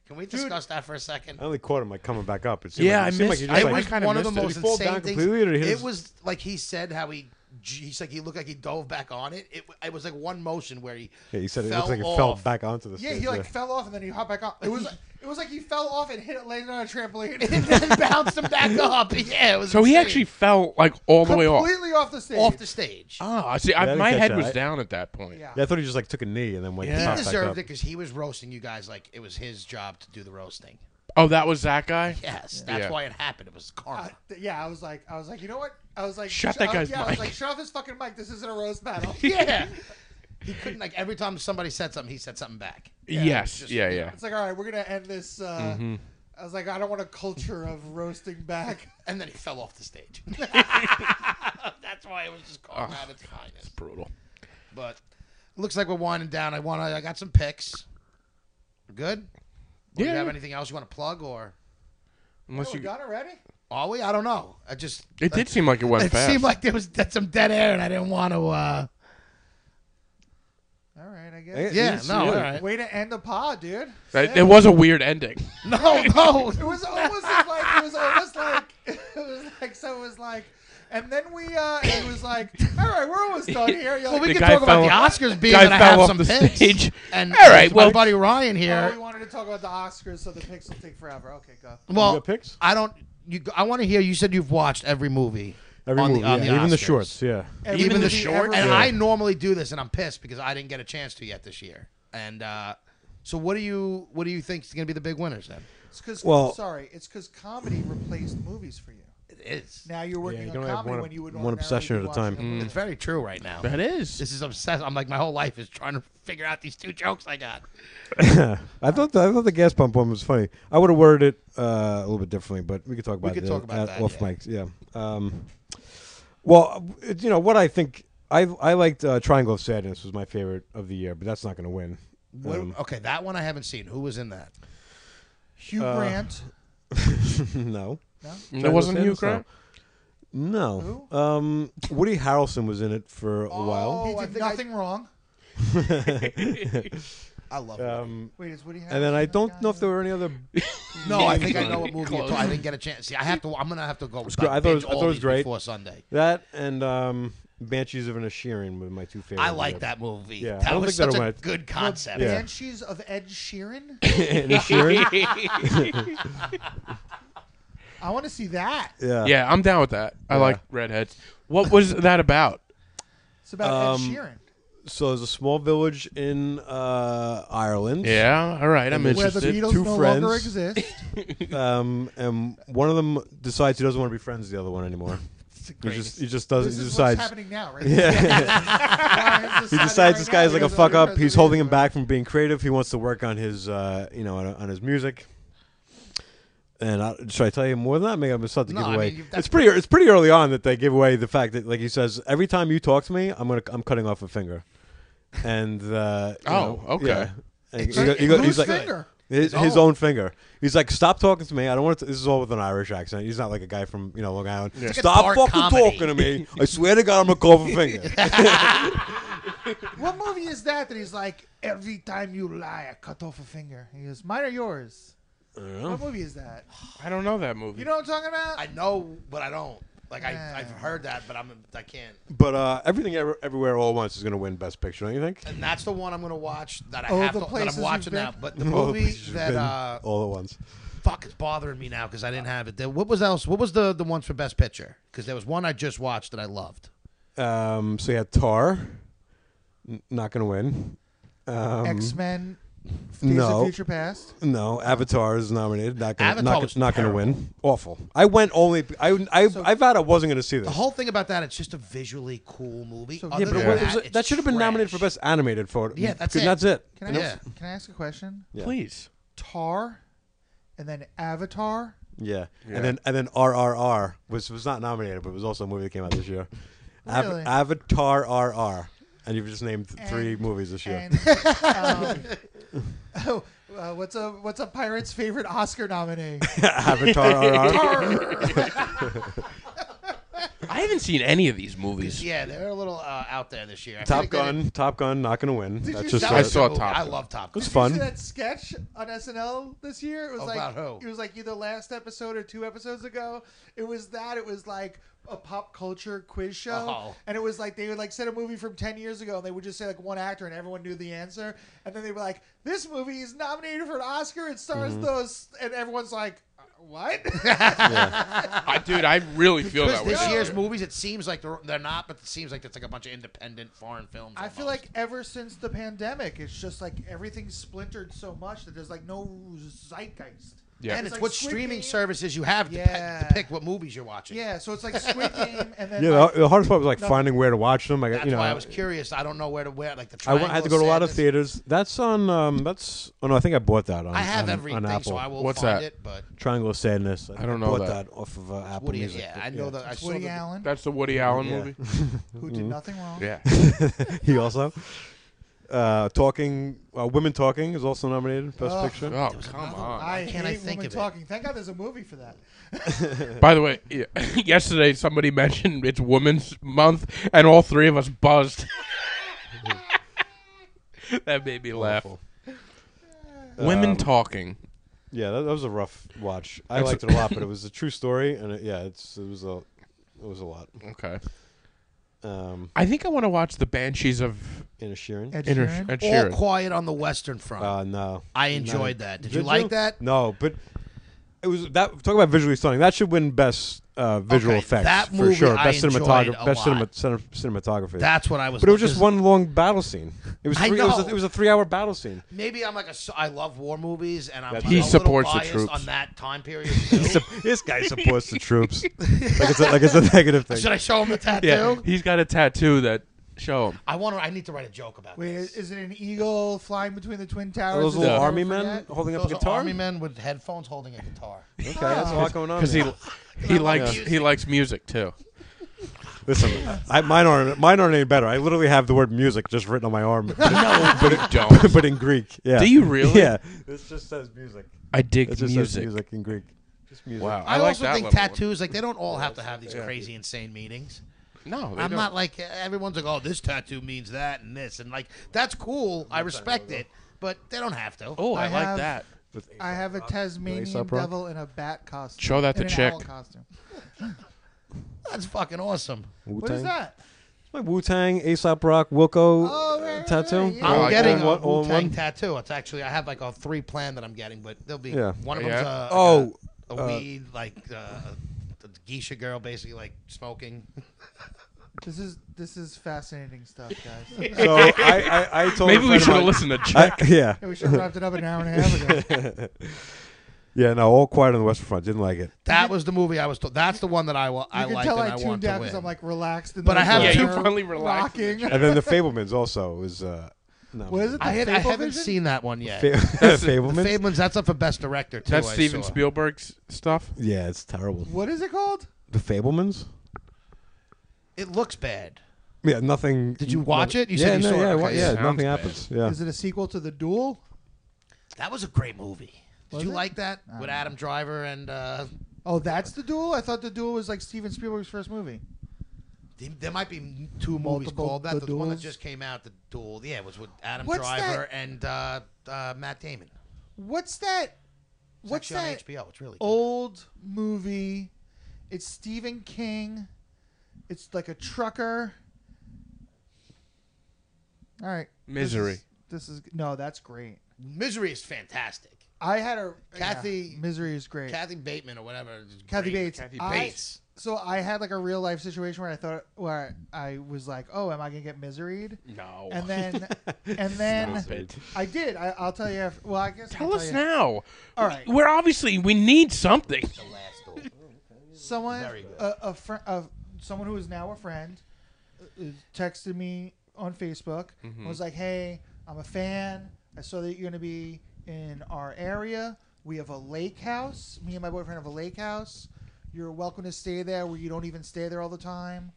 S3: Can we discuss that for a second?
S4: I only caught him like coming back up. It
S2: Yeah,
S4: like,
S2: I
S4: it seemed
S2: missed- I
S3: it
S4: Like Oh, he just,
S2: I
S4: like,
S3: was
S2: kinda
S3: one of the
S2: missed it.
S3: most
S4: Did he fall
S3: insane
S4: down
S3: things.
S4: completely, or did he hit
S3: It
S4: his-
S3: was like he said how he he's like he looked like he dove back on it. It, it was like one motion where he
S4: yeah, he said it
S3: fell
S4: looks like
S3: off.
S4: it fell back onto the
S5: Yeah,
S4: stage.
S5: he like fell off and then he hopped back up. It was it was like he fell off and hit it landed on a
S3: and
S5: trampoline.
S3: then bounced him back up. Yeah, it was
S2: So he
S3: insane.
S2: actually fell like all the way off.
S5: Completely off the stage.
S3: off the stage.
S2: Ah, I see.
S4: I
S2: I,
S4: didn't
S2: my
S4: catch
S2: head
S4: that.
S2: was
S4: I-
S2: down at that point.
S5: Yeah.
S4: Yeah, I thought he just like took a knee and then went.
S2: Yeah.
S4: popped
S3: He
S4: back
S3: deserved
S4: up.
S3: it because he was roasting you guys like it was his job to do the roasting.
S2: Oh, that was that guy.
S3: Yes, that's
S2: Yeah.
S3: why it happened. It was karma.
S5: I- th- yeah, I was like, I was like, you know what? I was like,
S2: Shut
S5: sh-
S2: that
S5: I-
S2: guy's
S5: yeah, I was
S2: mic.
S5: like, shut off his fucking mic. This isn't a roast battle.
S3: yeah, he couldn't like every time somebody said something, he said something back.
S2: yes.
S3: just-
S2: yeah. Yeah.
S5: It's like, all right, we're gonna end this. Uh,
S2: Mm-hmm.
S5: I was like, I don't want a culture of roasting back.
S3: and then he fell off the stage. That's why it was just called out its finest.
S2: Brutal.
S3: But looks like we're winding down. I want. I got some picks. We're good. Or Do
S2: Yeah,
S3: you have
S2: yeah.
S3: anything else you want to plug, or
S2: Unless
S5: Oh, we
S2: you,
S5: done already?
S3: are we? I don't know. I just. uh,
S2: it did seem like it went
S3: It
S2: fast.
S3: seemed like there was that's some dead air, and I didn't want to. uh
S5: All right, I
S4: Eh,
S5: guess.
S3: Yeah.
S4: he's-
S3: No. uh, All right.
S5: Way to end the pod, dude.
S2: That- it was a weird ending.
S3: No. No.
S5: It was almost as like it was almost like it was like so it was like, and then we uh, it was like, all right, we're almost done here. You're
S3: Well,
S5: like,
S3: we
S2: The
S3: can
S2: guy
S3: talk about the
S2: fell-
S3: Oscars being
S2: guy
S3: that I
S2: fell
S3: have
S2: off
S3: some
S2: the
S3: picks.
S2: stage.
S3: And
S2: All right,
S3: my
S2: well-
S3: buddy Ryan
S5: oh, we
S3: here.
S5: wanted to talk about the Oscars, so the picks will take forever. Okay, go.
S4: You
S3: Well,
S4: got picks?
S3: I don't. You, I want to hear. You said you've watched every movie.
S4: Every
S3: on
S4: movie,
S3: the, on
S4: yeah,
S3: the
S4: even the
S3: Oscars.
S4: shorts. Yeah.
S5: Every
S3: even the
S5: movie
S3: shorts.
S5: ever-
S3: And
S4: Yeah.
S3: I normally do this, and I'm pissed because I didn't get a chance to yet this year. And uh, so, what do you what do you think is going to be the big winners then?
S5: It's because
S4: Well-
S5: sorry, it's because comedy replaced movies for you.
S3: It is.
S5: Now you're working
S4: you
S5: on
S4: don't have
S5: comedy
S4: one-
S5: when you would
S4: one
S5: ordinarily
S4: obsession
S5: be
S4: at a time.
S5: watching movie.
S3: It's very true right now.
S2: That is.
S3: This is obsessed. I'm like my whole life is trying to figure out these two jokes I got.
S4: I thought the, I thought the gas pump one was funny. I would have worded it uh, a little bit differently, but we could talk about
S3: could
S4: it
S3: talk about
S4: at-
S3: that, yeah.
S4: off mics. Yeah. Um, well, it, you know what I think. I I liked uh, Triangle of Sadness was my favorite of the year, but that's not going to win.
S3: What,
S4: Um,
S3: okay, that one I haven't seen. Who was in that?
S5: Hugh
S3: uh,
S5: Grant.
S4: no,
S5: No?
S2: It wasn't
S4: Sadness?
S2: you, crap.
S4: No. Um, Woody Harrelson was in it for a
S3: Oh,
S4: while.
S5: he
S3: I
S5: did
S3: think I-
S5: nothing wrong.
S3: I love it.
S4: Um,
S5: Wait, is Woody?
S4: and then I don't know if there were any other.
S3: No, I think I know what movie. You're talking. I didn't get a chance. See, I have to. I'm gonna have to go.
S4: great. I thought it
S3: binge
S4: was- I thought
S3: all
S4: it was
S3: these
S4: great.
S3: before Sunday.
S4: That and um, Banshees of Inisherin were my two favorite.
S3: I
S4: of the
S3: like
S4: year.
S3: that movie.
S4: Yeah, I
S3: that
S4: don't
S3: was
S4: think
S3: such
S4: that'll
S3: a
S4: win.
S3: good concept.
S4: Yeah.
S5: Banshees of Ed Sheeran.
S4: Inisherin.
S5: I want to see that.
S4: yeah.
S2: yeah, I'm down with that. I like redheads. What was that about?
S5: It's about
S4: Um,
S5: Ed Sheeran.
S4: So there's a small village in uh, Ireland.
S2: Yeah, all right, I'm
S5: Where the
S2: interested.
S5: Beatles
S4: two
S5: no longer
S4: friends.
S5: exist.
S4: Um, and one of them decides he doesn't want to be friends with the other one anymore. he just he just doesn't.
S5: This
S4: he
S5: is what's
S4: decides.
S5: happening now, right?
S4: Yeah. he decides this guy's like a fuck up. He's holding him back from being creative. He wants to work on his uh, you know on, on his music. And I, should I tell you more than that? Maybe I'm just about to
S3: No,
S4: give
S3: I
S4: away.
S3: mean, you- that's-
S4: it's pretty. It's pretty early on that they give away the fact that, like he says, every time you talk to me, I'm gonna I'm cutting off a finger. And uh, you
S2: Oh,
S4: know,
S2: okay.
S4: yeah. And
S3: It's
S4: he go-
S3: like-
S4: he go-
S5: Whose
S4: he's like
S5: finger?
S4: his,
S3: His
S4: his
S3: own.
S4: own finger. He's like, stop talking to me. I don't want to. This is all with an Irish accent. He's not like a guy from you know Long Island.
S3: like a
S4: Stop
S3: dark
S4: fucking
S3: comedy."
S4: talking to me. I swear to God, I'm gonna call off a finger.
S5: What movie is that that he's like, every time you lie, I cut off a finger? He goes, mine or yours? What movie is that?
S2: I don't know that movie.
S5: You know what I'm talking about?
S3: I know, but I don't. Like I,
S5: Yeah.
S3: I've heard that, but I'm I can't.
S4: But uh, everything Ever- everywhere all at once is going to win Best Picture, don't you think?
S3: And that's the one I'm gonna watch that I
S5: Oh,
S3: have
S5: the
S3: to, that
S5: places
S3: I'm
S5: you've
S3: watching
S5: been?
S3: now. But the
S4: All Oh, the
S3: movie
S4: pictures
S3: that
S4: been
S3: uh,
S4: all at once.
S3: fuck is bothering me now because I didn't have it. There. What was else? What was the the ones for Best Picture? Because there was one I just watched that I loved.
S4: Um, so yeah, Tar, n- not going to win. Um,
S5: X Men Days of
S4: No,
S5: Future Past.
S4: no. Avatar is nominated. Not gonna,
S3: Avatar
S4: not,
S3: was
S4: not gonna
S3: terrible.
S4: win. Awful. I went only. I I, I vowed I wasn't gonna see this.
S3: The whole thing about that, it's just a visually cool movie.
S5: So-
S3: Other
S5: Yeah, but
S3: than
S5: it was-
S3: that,
S5: it
S4: that,
S3: it's
S4: should have been nominated for
S3: trash.
S4: best animated photo.
S3: Yeah, that's
S4: because
S3: it.
S4: That's it.
S5: Can I,
S3: And it
S5: ask, can I ask a question?
S4: Yeah.
S2: Please.
S5: Tar, and then Avatar.
S4: Yeah. and then and then RRR was was not nominated, but it was also a movie that came out this year. Av-
S5: Really?
S4: Avatar RR, and you've just named th- three
S5: And-
S4: movies this year.
S5: And um, oh, uh, what's a what's a pirate's favorite Oscar nominee?
S4: Avatar uh, RR.
S2: I haven't seen any of these movies.
S3: Yeah, they're a little uh, out there this year. I
S4: Top
S3: think they did-
S4: Gun, Top Gun, not gonna win.
S5: you
S4: That's just
S3: That
S2: I
S4: a-
S3: was a
S2: saw
S3: movie.
S2: Top
S3: I
S2: Gun.
S3: love Top Gun.
S4: It was
S5: Did you see
S4: fun.
S5: that sketch on SNL this year? It was like
S3: About who?
S5: it was like either last episode or two episodes ago. It was that. It was like a pop culture quiz show,
S3: Oh.
S5: and it was like they would like set a movie from ten years ago, and they would just say like one actor, and everyone knew the answer, and then they were like, "This movie is nominated for an Oscar. It stars those," and everyone's like, "Uh, "What?"
S2: I, dude, I really feel
S3: Because
S2: that way.
S3: this
S2: about
S3: year's
S2: it.
S3: movies, it seems like they're, they're not, but it seems like it's like a bunch of independent foreign films.
S5: I feel
S3: almost.
S5: like ever since the pandemic, it's just like everything's splintered so much that there's like no zeitgeist.
S2: Yeah.
S3: and it's,
S5: like
S3: what
S5: Squid
S3: streaming
S5: Game.
S3: services you have
S5: Yeah.
S3: to depict what movies you're watching.
S5: Yeah, so it's like Squid Game, and then
S4: Yeah,
S5: like,
S4: the, the hardest part was like
S5: No.
S4: finding where to watch them. I got
S3: that's
S4: you know.
S3: why I was curious. I don't know where to wear like the.
S4: I went- I had to go to a
S3: Triangle of
S4: lot of
S3: Sadness.
S4: theaters. That's on. Um, that's. Oh no, I think I bought that on.
S3: I have
S4: on,
S3: everything,
S4: on Apple.
S3: so I will
S2: What's that?
S3: find it. But
S4: Triangle of Sadness. I, think
S2: don't
S4: I
S2: know
S4: bought
S2: that.
S4: that, off of uh, Apple
S3: what do you?
S4: Music.
S3: Yeah, I know that. I saw
S5: Woody
S3: the-
S5: Allen,
S2: That's the Woody Allen
S4: Yeah.
S2: movie. Oh,
S5: who did nothing wrong.
S2: Yeah.
S4: he also. Uh, talking, uh, women talking is also nominated best
S5: Ugh.
S4: picture.
S2: Oh,
S3: was
S2: come
S3: another
S2: on.
S5: I
S3: Why can't I
S5: hate
S3: think
S5: women
S3: of it?
S5: talking. Thank God there's a movie for that.
S2: By the way, y- yesterday somebody mentioned it's Women's Month, and all three of us buzzed. that made me laugh.
S4: Awful.
S2: Women
S4: Um,
S2: talking.
S4: Yeah, that, that was a rough watch. I
S2: That's-
S4: liked it a lot, but it was a true story, and it, yeah, it's it was a it was a lot.
S2: Okay.
S4: Um,
S2: I think I want to watch the Banshees of
S4: in a Sheeran.
S5: Ed
S2: Inter- Ed
S5: Sheeran?
S3: All
S2: Sheeran.
S3: Quiet on the Western Front.
S4: Uh, no,
S3: I
S4: No.
S3: enjoyed that. Did you like that?
S4: No, but it was that. Talk about visually stunning. That should win best uh, visual
S3: Okay,
S4: effects
S3: that
S4: for
S3: movie
S4: sure.
S3: I
S4: Best
S3: enjoyed
S4: cinematography.
S3: a
S4: Best cinema,
S3: lot.
S4: cine- cinematography.
S3: That's what I was.
S4: but it was just
S3: because
S4: one long battle scene. It was
S3: I
S4: three, it was a,
S3: know.
S4: it was a three hour battle scene.
S3: Maybe I'm like a. so- I love war movies, and I'm.
S4: That's
S3: a
S4: He
S3: little
S2: supports the
S3: biased
S2: troops.
S3: on that time period. too.
S4: this guy supports the troops. Like it's a, like it's a negative thing.
S3: Should I show him the tattoo?
S2: Yeah, he's got a tattoo that show him.
S3: I want to. I need to write a joke about
S5: Wait,
S3: this.
S5: is it an eagle flying between the twin towers?
S4: Those
S5: Is
S4: little
S5: it
S2: Yeah.
S4: army
S5: for
S4: men
S5: that?
S4: holding up a
S3: Those are
S4: guitar.
S3: army men Ah. with headphones holding a guitar.
S4: Okay, that's a lot going on.
S2: because
S4: there.
S2: he he
S3: love
S2: likes
S3: music.
S2: he likes music too.
S4: Listen, I, mine aren't mine aren't any better. I literally have the word music just written on my arm, but,
S2: No, but it don't.
S4: but in Greek. Yeah.
S2: Do you really?
S4: Yeah. This just says music.
S2: I dig
S4: It just says
S2: music.
S4: music in Greek. Just music.
S2: Wow,
S3: I,
S2: like
S3: also
S2: that
S3: think
S2: level one.
S3: tattoos, like they don't all have to have these crazy, insane meanings.
S2: No, they
S3: I'm
S2: don't.
S3: not like everyone's like, oh, this tattoo means that and this, and like that's cool. I respect it, but they don't have to.
S2: Oh, I,
S5: I
S2: like
S5: have-
S2: that.
S4: With-
S5: I have a Tasmanian
S4: Aesop Rock?
S5: devil in a bat costume.
S2: Show that to
S5: in an
S2: Chick.
S5: owl costume.
S3: that's fucking awesome.
S4: Wu-Tang.
S5: What is that?
S4: My Wu Tang, Aesop Rock, Wilco
S5: Oh, right,
S4: uh,
S5: right,
S4: tattoo.
S5: right, yeah.
S2: I
S3: I'm
S2: like
S3: getting
S2: that.
S3: a
S4: All in all
S3: Wu
S4: in
S3: Tang tattoo. It's actually I have like a three plan that I'm getting, but there'll be
S4: Yeah.
S3: one of
S2: Yeah.
S3: them's a,
S4: Oh,
S3: a, a weed like uh, the geisha girl, basically like smoking.
S5: This is this is fascinating stuff, guys.
S4: So I, I, I told a
S2: Maybe we
S4: friend of
S2: should have listened
S4: mine-
S2: to
S4: I,
S2: Jack.
S4: yeah.
S5: Yeah, we should have wrapped it up an hour and a half ago.
S4: Yeah, no, all quiet on the Western Front. Didn't like it.
S3: That was the movie I was. told. That's the one that I wa- I
S5: You can
S3: liked
S5: tell
S3: and
S5: I
S3: I want
S5: tuned
S3: to
S5: out
S3: win.
S5: because I'm like relaxed. In
S3: But
S5: the
S3: I have- Yeah,
S5: chair,
S2: you finally relaxed in
S5: Rocking.
S4: And then the Fablemans also was uh no.
S5: What is it?
S3: I, had, I
S5: Fable
S3: haven't
S5: Vision?
S3: seen that one yet.
S4: Fa-
S3: The
S4: Fablemans?
S3: Fablemans, that's up for best director too.
S2: That's
S3: I
S2: Steven
S3: saw.
S2: Spielberg's stuff.
S4: yeah, it's terrible.
S5: What is it called?
S4: The Fablemans?
S3: It looks bad.
S4: Yeah, nothing.
S3: Did you watch it? You
S4: yeah,
S3: said you
S4: no,
S3: saw it.
S4: yeah,
S3: Okay.
S4: wa- yeah,
S2: Sounds
S4: nothing
S2: bad.
S4: happens. Yeah,
S5: Is it a sequel to The Duel?
S3: That was a great movie. Did
S5: Was
S3: you
S5: it?
S3: like that with Adam Driver and uh,
S5: Oh, that's The Duel? I thought The Duel was like Steven Spielberg's first movie.
S3: th- there might be two movies
S5: Multiple
S3: called that.
S5: The
S3: The, one that
S5: Duels?
S3: just came out, the duel. Yeah, it was with Adam
S5: What's
S3: Driver
S5: that?
S3: and uh, uh, Matt Damon.
S5: What's that?
S3: It's
S5: What's
S3: actually
S5: that Oh.
S3: on HBO? It's really good.
S5: old movie? It's Stephen King. It's like a trucker. All right. this
S2: Misery.
S5: is- This is, no, that's great.
S3: Misery is fantastic.
S5: I had a
S3: Kathy-
S5: yeah, Misery is great.
S3: Kathy Bateman or whatever. is
S5: Kathy
S3: great.
S5: Bates.
S3: Kathy
S5: I-
S3: Bates.
S5: so I had like a real life situation where I thought where I was like, oh, am I gonna get miseried?
S2: No.
S5: And then, and then
S2: Stop it.
S5: I did. I, I'll tell you. After, well, I guess I can
S2: Tell us
S5: you.
S2: now.
S5: All right.
S2: We're obviously we need something.
S5: Someone, a, a friend, a, someone who is now a friend, uh, uh, texted me on Facebook.
S2: Mm-hmm.
S5: and Was like, "Hey, I'm a fan. I saw that you're gonna be in our area. We have a lake house. Me and my boyfriend have a lake house. You're welcome to stay there. Where you don't even stay there all the time.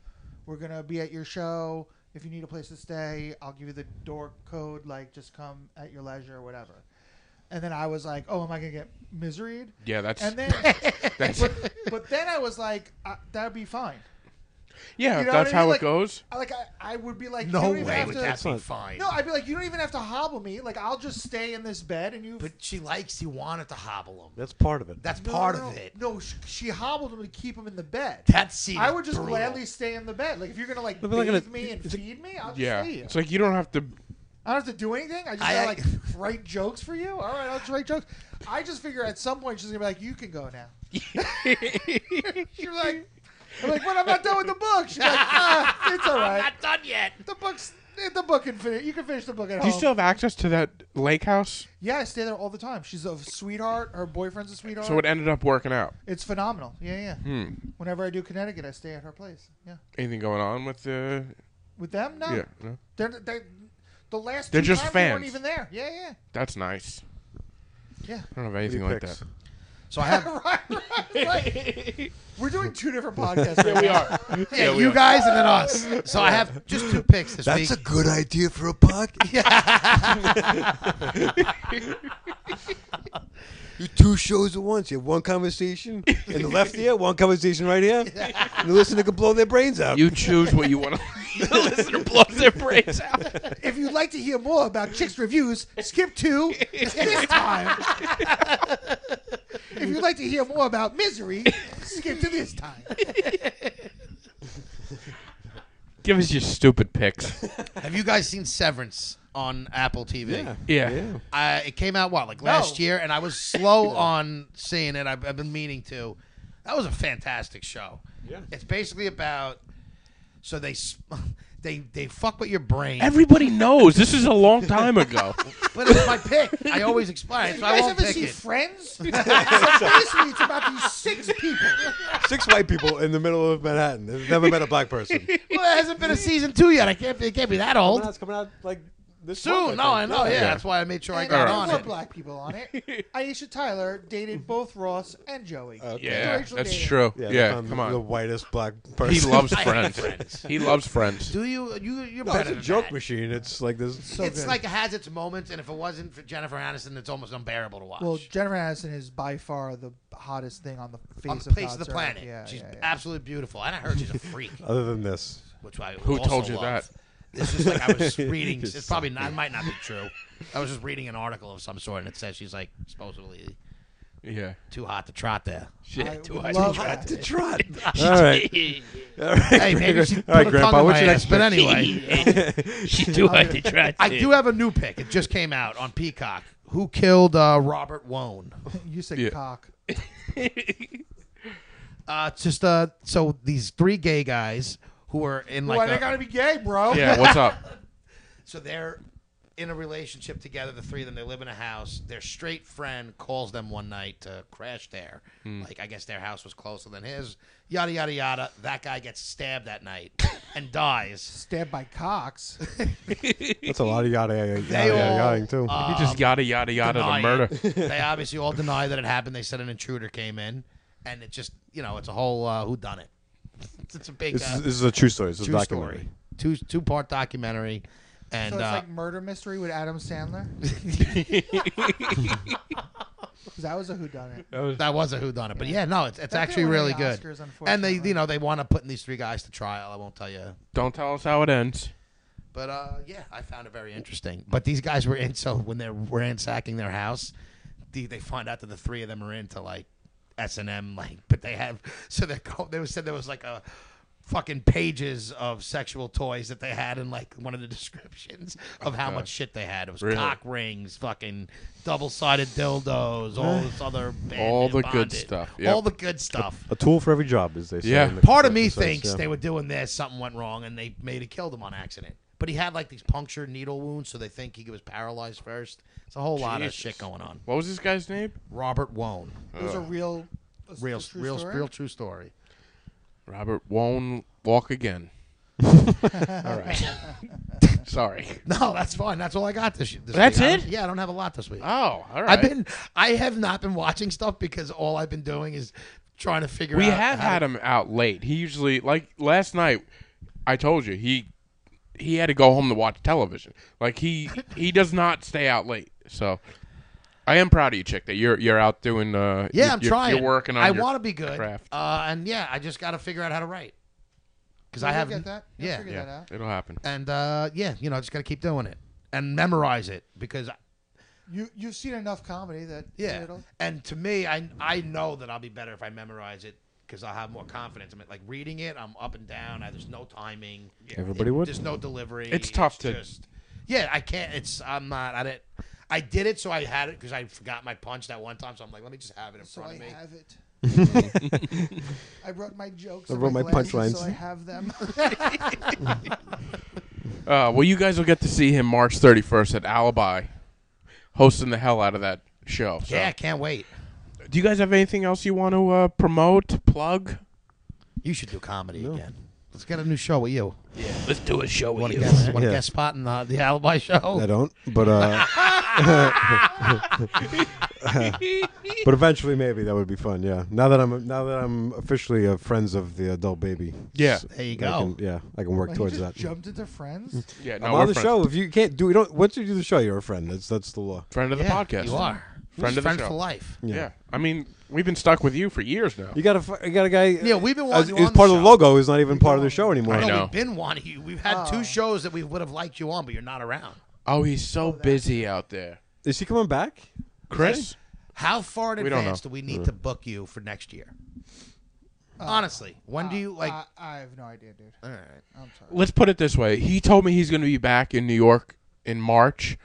S5: We're gonna be at your show. If you need a place to stay, I'll give you the door code. Like, just come at your leisure or whatever." And then I was like, "Oh, am I gonna get miseried?"
S2: Yeah, that's
S5: And then,
S2: that's
S5: but, but then I was like, uh, that'd be fine.
S2: yeah.
S5: You know
S2: that's
S5: what I mean?
S2: how
S5: Like-
S2: it goes.
S5: I- Like I, I would be like, you
S3: No
S5: don't even
S3: way
S5: have
S3: would
S5: to.
S3: that
S4: That's
S3: be
S4: not-
S3: fine.
S5: no, I'd be like, you don't even have to hobble me. Like I'll just stay in this bed and you.
S3: But she likes you wanted to hobble him.
S4: That's part of it.
S3: That's
S5: No,
S3: part
S5: no,
S3: of
S5: no.
S3: it.
S5: No, she, she hobbled him to keep him in the bed.
S3: That scene.
S5: I
S3: is
S5: would just
S3: brutal.
S5: gladly stay in the bed. Like if you're gonna like
S4: But
S5: bathe
S4: we're not gonna-
S5: me and
S4: it's a-
S5: feed me, I'll just
S2: Yeah,
S5: stay here.
S2: it's like you don't have to.
S5: I don't have to do anything. I just
S3: I-
S5: gotta like write jokes for you. All right, I'll just write jokes. I just figure at some point she's gonna be like, you can go now. She's like, I'm like, what? I'm not done with the book. She's like, ah, it's all right.
S3: done yet.
S5: The book's the book can finish. You can finish the book at
S2: Do
S5: home.
S2: you still have access to that lake house?
S5: yeah, I stay there all the time. She's a sweetheart. Her boyfriend's a sweetheart.
S2: So it ended up working out.
S5: it's phenomenal. Yeah, yeah. Whenever I do Connecticut, I stay at her place. Yeah,
S2: Anything going on with the?
S5: with them? No.
S2: Yeah, no?
S5: They're, they the last
S2: They're
S5: two
S2: just
S5: times they weren't
S2: fans.
S5: even there. Yeah, yeah,
S2: That's nice.
S5: yeah.
S2: I don't have anything
S4: Few
S2: like
S4: picks.
S2: that.
S3: So I have
S5: right, right, right. We're doing two different podcasts. Right we are.
S3: yeah, you guys and then us. So I have just two picks this week.
S4: good idea for a podcast. you two shows at once. You have one conversation in the left ear, one conversation right here. And the listener can blow their brains out.
S2: You choose what you want to listen to blow their brains out.
S5: If you'd like to hear more about chicks reviews, skip to this time. if you'd like to hear more about misery, skip to this time.
S2: Give us your stupid picks.
S3: have you guys seen Severance on Apple TV?
S4: yeah.
S2: Yeah.
S3: I, it came out what like last year, and I was slow on seeing it. I've, I've been meaning to. That was a fantastic show.
S4: Yeah.
S3: It's basically about so they s- they they fuck with your brain.
S2: Everybody knows this is a long time ago.
S3: but it's my pick. I always explain, it,
S5: You
S3: so I
S5: guys
S3: won't
S5: ever
S3: pick
S5: see
S3: it.
S5: Friends? so basically, it's about these six people.
S4: Six white people in the middle of Manhattan. They've never met a black person.
S3: well, there hasn't been a season two yet. I can't. It can't be that old.
S4: It's coming out like this
S3: Soon, no, I know. Yeah,
S2: Yeah.
S3: that's why I made sure I
S5: And
S3: got
S5: there
S3: on
S5: were
S3: it.
S5: black people on it. Aisha Tyler dated both Ross and Joey.
S2: Yeah,
S5: Rachel
S2: that's
S5: Davis.
S2: true. Yeah,
S4: they found
S2: come
S4: The
S2: on.
S4: whitest black person.
S2: He loves
S3: I hate
S2: friends.
S3: Friends.
S2: He loves friends.
S3: Do you? You? You're
S4: No,
S3: better
S4: it's a
S3: than
S4: joke
S3: that.
S4: machine. It's like this.
S5: So
S3: it's
S5: good.
S3: like it has its moments, and if it wasn't for Jennifer Aniston, it's almost unbearable to watch.
S5: Well, Jennifer Aniston is by far the hottest thing on the face
S3: on
S5: of
S3: the face of the
S5: God's earth.
S3: planet.
S5: Yeah,
S3: she's
S5: yeah, yeah.
S3: absolutely beautiful, and I heard she's a freak,
S4: Other than this,
S3: which I
S2: Who
S3: also
S2: told you
S3: love.
S2: that?
S3: This is like I was reading. it's
S4: Just-
S3: probably not. It might not be true. I was just reading an article of some sort, and it says she's like supposedly
S2: Yeah.
S3: too hot to trot there.
S2: Shit.
S5: I
S3: Too hot
S5: would
S3: to
S5: love
S3: trot.
S5: that.
S3: there.
S4: trot. All right. All right.
S3: Hey, maybe she
S4: All right,
S3: put her
S4: Grandpa.
S3: tongue in
S4: What's
S3: my
S4: your next
S3: ass, But
S4: pick?
S3: anyway,
S6: She's too hard to trust.
S3: I do have a new pick. It just came out on Peacock. Who killed uh, Robert Wone?
S5: You said
S2: Yeah.
S5: cock.
S3: Uh, it's just uh, so these three gay guys who were in like
S5: Why
S3: a-
S5: they gotta be gay, bro?
S2: Yeah, what's up?
S3: So they're in a relationship together, the three of them. They live in a house. Their straight friend calls them one night to crash there. Like, I guess their house was closer than his. Yada, yada, yada. That guy gets stabbed that night and dies.
S5: Stabbed by cocks.
S4: That's a lot of yada yada yada
S3: all,
S4: yada yada too.
S2: He just yada yada yada the
S3: Deny
S2: murder.
S3: it. they obviously all deny that it happened. They said an intruder came in, and it just, you know, it's a whole uh, whodunit. It's, it's a big
S4: this,
S3: uh,
S4: is, this is a true story. This is a
S3: two
S4: documentary.
S3: story, two two part documentary, and
S5: So it's
S3: uh,
S5: like murder mystery with Adam Sandler. 'Cause that was a whodunit.
S3: That was a whodunit, but yeah, no, it's, it's
S5: That
S3: actually
S5: didn't win
S3: really
S5: any
S3: good.
S5: Oscars,
S3: and they,
S5: unfortunately.
S3: you know, they want to put these three guys to trial. I won't tell you,
S2: Don't tell us how it ends.
S3: but uh, yeah, I found it very interesting. But these guys were in, so when they were ransacking their house, they, they find out that the three of them are into like S and M, like, but they have so they go. They said there was like a fucking pages of sexual toys that they had in like one of the descriptions of how much shit they had. It was
S2: Really?
S3: cock rings, fucking double sided dildos, all this other band
S2: All
S3: and
S2: the good
S3: bonded.
S2: stuff, yep.
S3: all the good stuff.
S4: A tool for every job, as they say.
S2: Yeah.
S4: in the
S3: Part of me
S4: construction
S3: thinks
S4: sense,
S3: they were doing this, something went wrong, and they made it killed him on accident. But he had like these punctured needle wounds, so they think he was paralyzed first. It's a whole lot of
S2: Jesus.
S3: shit going on.
S2: What was this guy's name?
S3: Robert Wone,
S5: It was a real, a,
S3: uh, real,
S5: a true
S3: real,
S5: story?
S3: real true story.
S2: Robert won't walk again.
S3: All right.
S2: Sorry.
S3: No, that's fine. That's all I got this. this
S2: That's
S3: week. I don't-
S2: it?
S3: yeah, I don't have a lot this week.
S2: Oh, all right.
S3: I've been, I have not been watching stuff because all I've been doing is trying to figure
S2: We
S3: out.
S2: have
S3: how
S2: had
S3: to-
S2: him out late. He usually like last night. I told you he he had to go home to watch television. Like he he does not stay out late. So I am proud of you, chick. That you're you're out doing. Uh,
S3: Yeah,
S2: you-
S3: I'm
S2: you're,
S3: trying.
S2: You're working on.
S3: I
S2: your
S3: want to be good.
S2: craft.
S3: Uh, and yeah, I just got to figure out how to write because I
S5: You'll
S3: have
S5: get that. You'll
S3: yeah.
S5: figure that
S2: Yeah,
S5: out.
S2: it'll happen.
S3: And uh, yeah, you know, I just got to keep doing it and memorize it because I-
S5: You you've seen enough comedy that
S3: yeah.
S5: it'll-
S3: And to me, I I know that I'll be better if I memorize it because I'll have more confidence. I mean, like reading it, I'm up and down. I, there's no timing.
S4: Everybody
S3: It-
S4: would.
S3: There's no delivery.
S2: It's tough to-
S3: Just, yeah, I can't. It's I'm not. I didn't. I did it so I had it because I forgot my punch that one time. So I'm like, let me just have it in
S5: so
S3: front
S5: I
S3: of me.
S5: have it. I wrote my jokes.
S4: I
S5: in
S4: wrote my
S5: glasses,
S4: punchlines.
S5: So I have them.
S2: Uh, well, you guys will get to see him March 31st at Alibi, hosting the hell out of that show. So.
S3: yeah, I can't wait.
S2: Do you guys have anything else you want to uh, promote, plug?
S3: You should do comedy again. Let's get a new show with you.
S6: Let's do a show
S3: Want
S6: with
S3: to
S6: you.
S3: guest, want to
S4: Yeah.
S3: guest spot in the, the Alibi show?
S4: I don't, but uh, but eventually maybe that would be fun. Yeah. Now that I'm now that I'm officially a friends of the adult baby.
S2: Yeah.
S4: s-
S3: There you
S4: I
S3: go.
S4: can- yeah, I can work
S5: Like,
S4: towards
S5: you just
S4: that. Mm.
S5: Jumped into friends.
S2: Yeah, no,
S4: I'm
S2: we're
S4: on the
S2: friends.
S4: show. If you can't do, you don't. Once you do the show, you're a friend. That's that's the law.
S2: Friend of the
S3: Yeah,
S2: podcast.
S3: You are
S2: Friend of the
S3: friend
S2: show.
S3: for life.
S2: Yeah. I mean, we've been stuck with you for years now.
S4: You got a fu- you got a guy.
S3: Yeah, we've been
S4: uh,
S3: wanting
S4: is-
S3: you
S4: is
S3: on the
S4: part of the
S3: show.
S4: logo. Is not even part of the show anymore.
S2: I
S3: No,
S2: know.
S3: we've been wanting you. We've had two shows that we would have liked you on, but you're not around.
S2: Oh, he's so busy out there.
S4: Is he coming back?
S2: Chris?
S3: How far in
S2: don't
S3: advance
S2: know.
S3: do we need to book you for next year? Uh, Honestly, when do you like?
S5: I, I have no idea, dude.
S3: all right.
S5: I'm sorry.
S2: Let's put it this way. He told me he's going to be back in New York in March,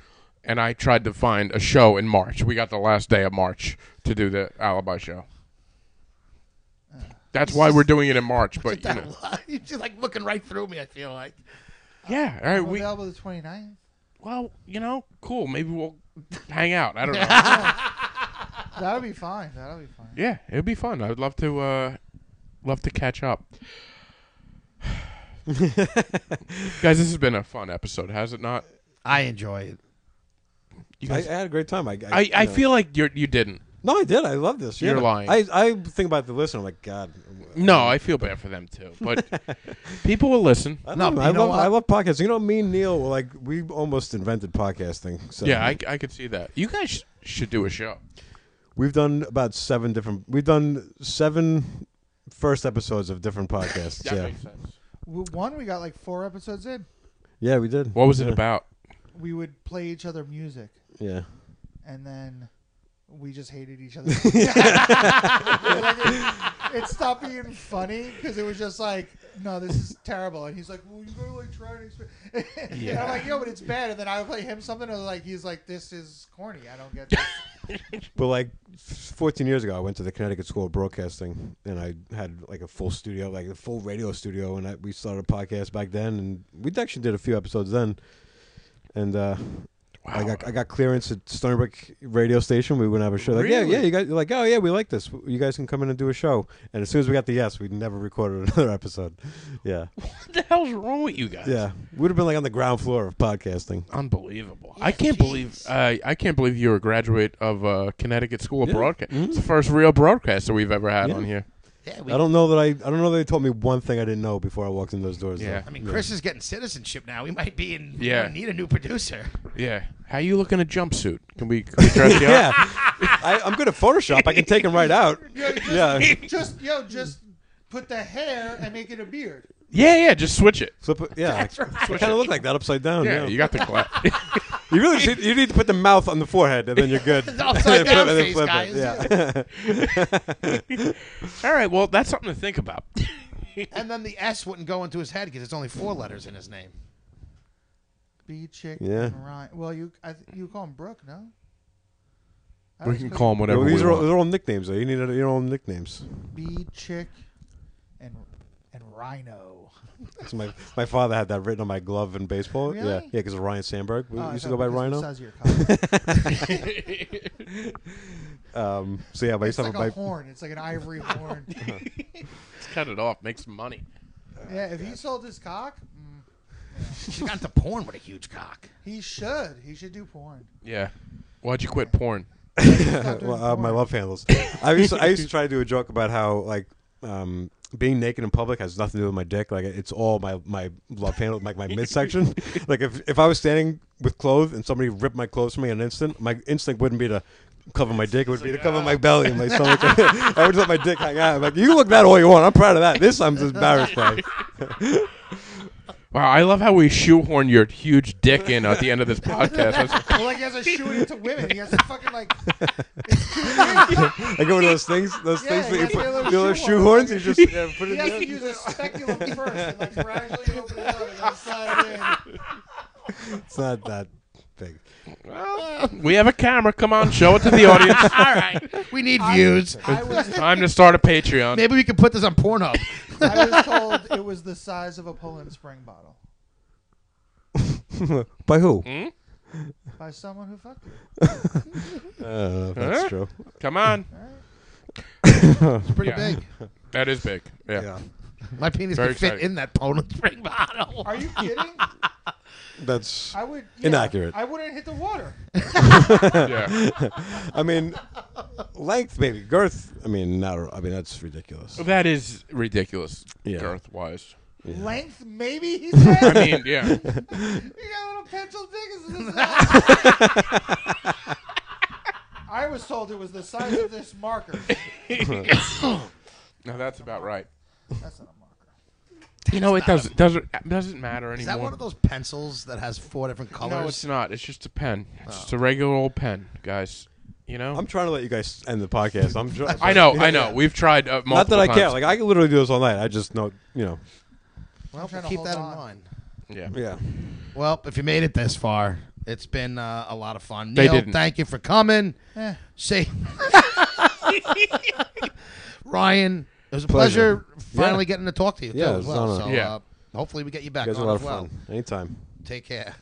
S2: and I tried to find a show in March. We got the last day of March to do the alibi show. That's why we're doing it in March, but you
S3: That
S2: know,
S3: you're just like looking right through me. I feel like
S2: yeah. All right,
S5: I'm
S2: we
S5: available the 29th.
S2: well, you know, cool. Maybe we'll hang out. I don't know.
S5: That'll be fine. That'll be fine.
S2: Yeah, it'd be fun. I would love to uh love to catch up. Guys, this has been a fun episode, has it not?
S3: I enjoy it.
S2: You
S4: I, I
S2: guys,
S4: had a great time. I I,
S2: I, I
S4: you know.
S2: feel like you're you didn't.
S4: no, I did. I love this.
S2: You're
S4: yeah.
S2: lying.
S4: I I think about the listener. I'm like, God.
S2: No, I feel bad for them too. But people will listen.
S4: I
S3: No,
S4: love,
S3: but
S4: I
S3: you know
S4: love,
S3: what?
S4: I love podcasts. You know, me and Neil were like we almost invented podcasting. So
S2: Yeah, I, I could see that. You guys sh- should do a show.
S4: we've done about seven different. We've done seven first episodes of different podcasts.
S2: That
S4: yeah,
S2: makes sense.
S5: W- One, we got like four episodes in.
S4: yeah, we did.
S2: What was it
S4: Yeah.
S2: about?
S5: We would play each other music,
S4: Yeah,
S5: and then we just hated each other. Like, it, it stopped being funny because it was just like, no, this is terrible. And he's like, well, you gotta like try and exp-" And I'm like, yo, but it's bad. And then I would play him something, and like he's like, this is corny. I don't get this.
S4: but like 14 years ago, I went to the Connecticut School of Broadcasting, and I had like a full studio, like a full radio studio, and I, we started a podcast back then, and we actually did a few episodes then, and. uh I got I got clearance at Sternberg radio station. We wouldn't have a show. Like, yeah,
S2: Really?
S4: yeah, you guys like, oh yeah, we like this. You guys can come in and do a show. And as soon as we got the yes, we never recorded another episode. Yeah.
S2: What the hell's wrong with you guys?
S4: Yeah, we would have been like on the ground floor of podcasting.
S2: Unbelievable! I can't believe uh, I can't believe you're a graduate of uh, Connecticut School of
S4: Yeah. Mm-hmm.
S2: Broadcast. It's the first real broadcaster we've ever had
S4: Yeah.
S2: on here.
S3: Yeah, we,
S4: I don't know that I. I don't know they told me one thing I didn't know before I walked in those doors.
S2: Yeah.
S4: though.
S3: I mean, Chris is getting citizenship now. We might be in.
S2: Yeah.
S3: Yeah, need a new producer.
S2: Yeah. How you look in a jumpsuit? Can we, can we dress you
S4: yeah.
S2: up?
S4: I, I'm good at Photoshop. I can take them right out. Yeah,
S5: Just yo, just put the hair and make it a beard.
S2: Yeah, yeah. Just switch it.
S4: flip. It, yeah, I kind of look like that upside down.
S2: Yeah,
S4: Yeah,
S2: you got the glass.
S4: You really should, you need to put the mouth on the forehead and then you're good.
S3: upside down
S4: And then
S3: face,
S4: flip it,
S3: guys.
S4: Yeah.
S2: All right. Well, that's something to think about.
S3: and then the S wouldn't go into his head because it's only four letters in his name.
S5: B chick.
S4: Yeah.
S5: Ryan. Well, you I th- you call him Brooke, no?
S2: We
S5: I always
S2: can
S5: put
S2: call him whatever
S4: No, these
S2: we
S4: are all,
S2: want.
S4: they're all nicknames though. You need your own nicknames.
S5: B chick, and and Rhino.
S4: That's my my father had that written on my glove in baseball.
S5: Really?
S4: Yeah, yeah, because of Ryan Sandberg. We
S5: Oh, I
S4: used to
S5: thought
S4: go by
S5: because of the
S4: Rhino.
S5: size of your cock.
S4: Um, so yeah, but I used
S5: it's
S4: to have
S5: like a
S4: my
S5: horn. It's like an ivory horn.
S2: Let's cut it off. Make some money.
S5: yeah, if he sold his cock, mm,
S3: She got into porn with a huge cock.
S5: he should. He should do porn.
S2: Yeah. Why'd you quit porn?
S5: Stop doing
S4: well, uh, my
S5: porn.
S4: love handles. I used to, I used to try to do a joke about how like um, being naked in public has nothing to do with my dick. Like it's all my my love handle, like my midsection. like if if I was standing with clothes and somebody ripped my clothes from me in an instant, my instinct wouldn't be to cover my dick. It would be to cover my belly and my stomach. I would just let my dick hang out. I'm like you can look that all you want. I'm proud of that. This I'm just embarrassed by.
S2: Wow, I love how we shoehorn your huge dick in at the end of this podcast. That's-
S5: Well, like he has to shoot it to women. He has to fucking like.
S4: I go one of those things, those
S5: Yeah,
S4: things that you
S5: you gotta
S4: put,
S5: get a little
S4: you know, those
S5: shoe
S4: shoe
S5: horn.
S4: horns. You just yeah, put
S5: He
S4: it
S5: has to
S4: down.
S5: use a speculum first and like gradually open it up and then slide it in.
S4: It's not that big.
S2: we have a camera. Come on, show it to the audience.
S3: All right, we need views.
S5: I was,
S2: Time to start a Patreon.
S3: Maybe we could put this on Pornhub.
S5: I was told it was the size of a Poland Spring bottle
S4: By who?
S5: by someone who fucked it.
S4: I don't know if Uh, that's
S2: Huh?
S4: true.
S2: Come on.
S3: It's pretty
S2: Yeah.
S3: big.
S2: That is big. Yeah.
S4: Yeah,
S3: My penis
S2: Very
S3: could fit
S2: exciting.
S3: in that Poland Spring bottle.
S5: Are you kidding?
S4: that's.
S5: I would yeah,
S4: Inaccurate.
S5: I wouldn't hit the water.
S2: yeah.
S4: I mean, length maybe girth. I mean, not. I mean, that's ridiculous.
S2: That is ridiculous,
S4: Yeah.
S2: girth wise.
S5: Length, maybe he said.
S2: I mean, yeah.
S5: You got a little pencil dick in this ass. I was told it was the size of this marker.
S2: No, that's about right.
S5: That's not a marker.
S2: You know, it doesn't doesn't doesn't matter anymore.
S3: Is that one of those pencils that has four different colors? Oh.
S2: no, it's not. It's just a pen. It's just a regular old pen, guys. You know.
S4: I'm trying to let you guys end the podcast. I'm. Try-
S2: I know, I know. We've tried uh, multiple
S4: Not that I
S2: times.
S4: care. Like I can literally do this all night. I just know. You know.
S3: Well,
S5: trying to
S3: keep
S5: hold
S3: that
S5: on.
S3: in mind.
S2: yeah.
S4: Yeah.
S3: Well, if you made it this far, it's been uh, a lot of fun.
S2: They
S3: Neil,
S2: didn't.
S3: thank you for coming.
S5: Eh.
S3: Say, Ryan, it was a pleasure, finally getting to talk to you
S4: Yeah,
S3: too
S4: it
S3: as
S4: was
S3: well.
S4: an
S3: So,
S4: honor.
S2: Yeah.
S3: uh, hopefully we get you back
S4: You guys are a
S3: on
S4: lot
S3: as
S4: of
S3: well.
S4: fun. Anytime.
S3: Take care.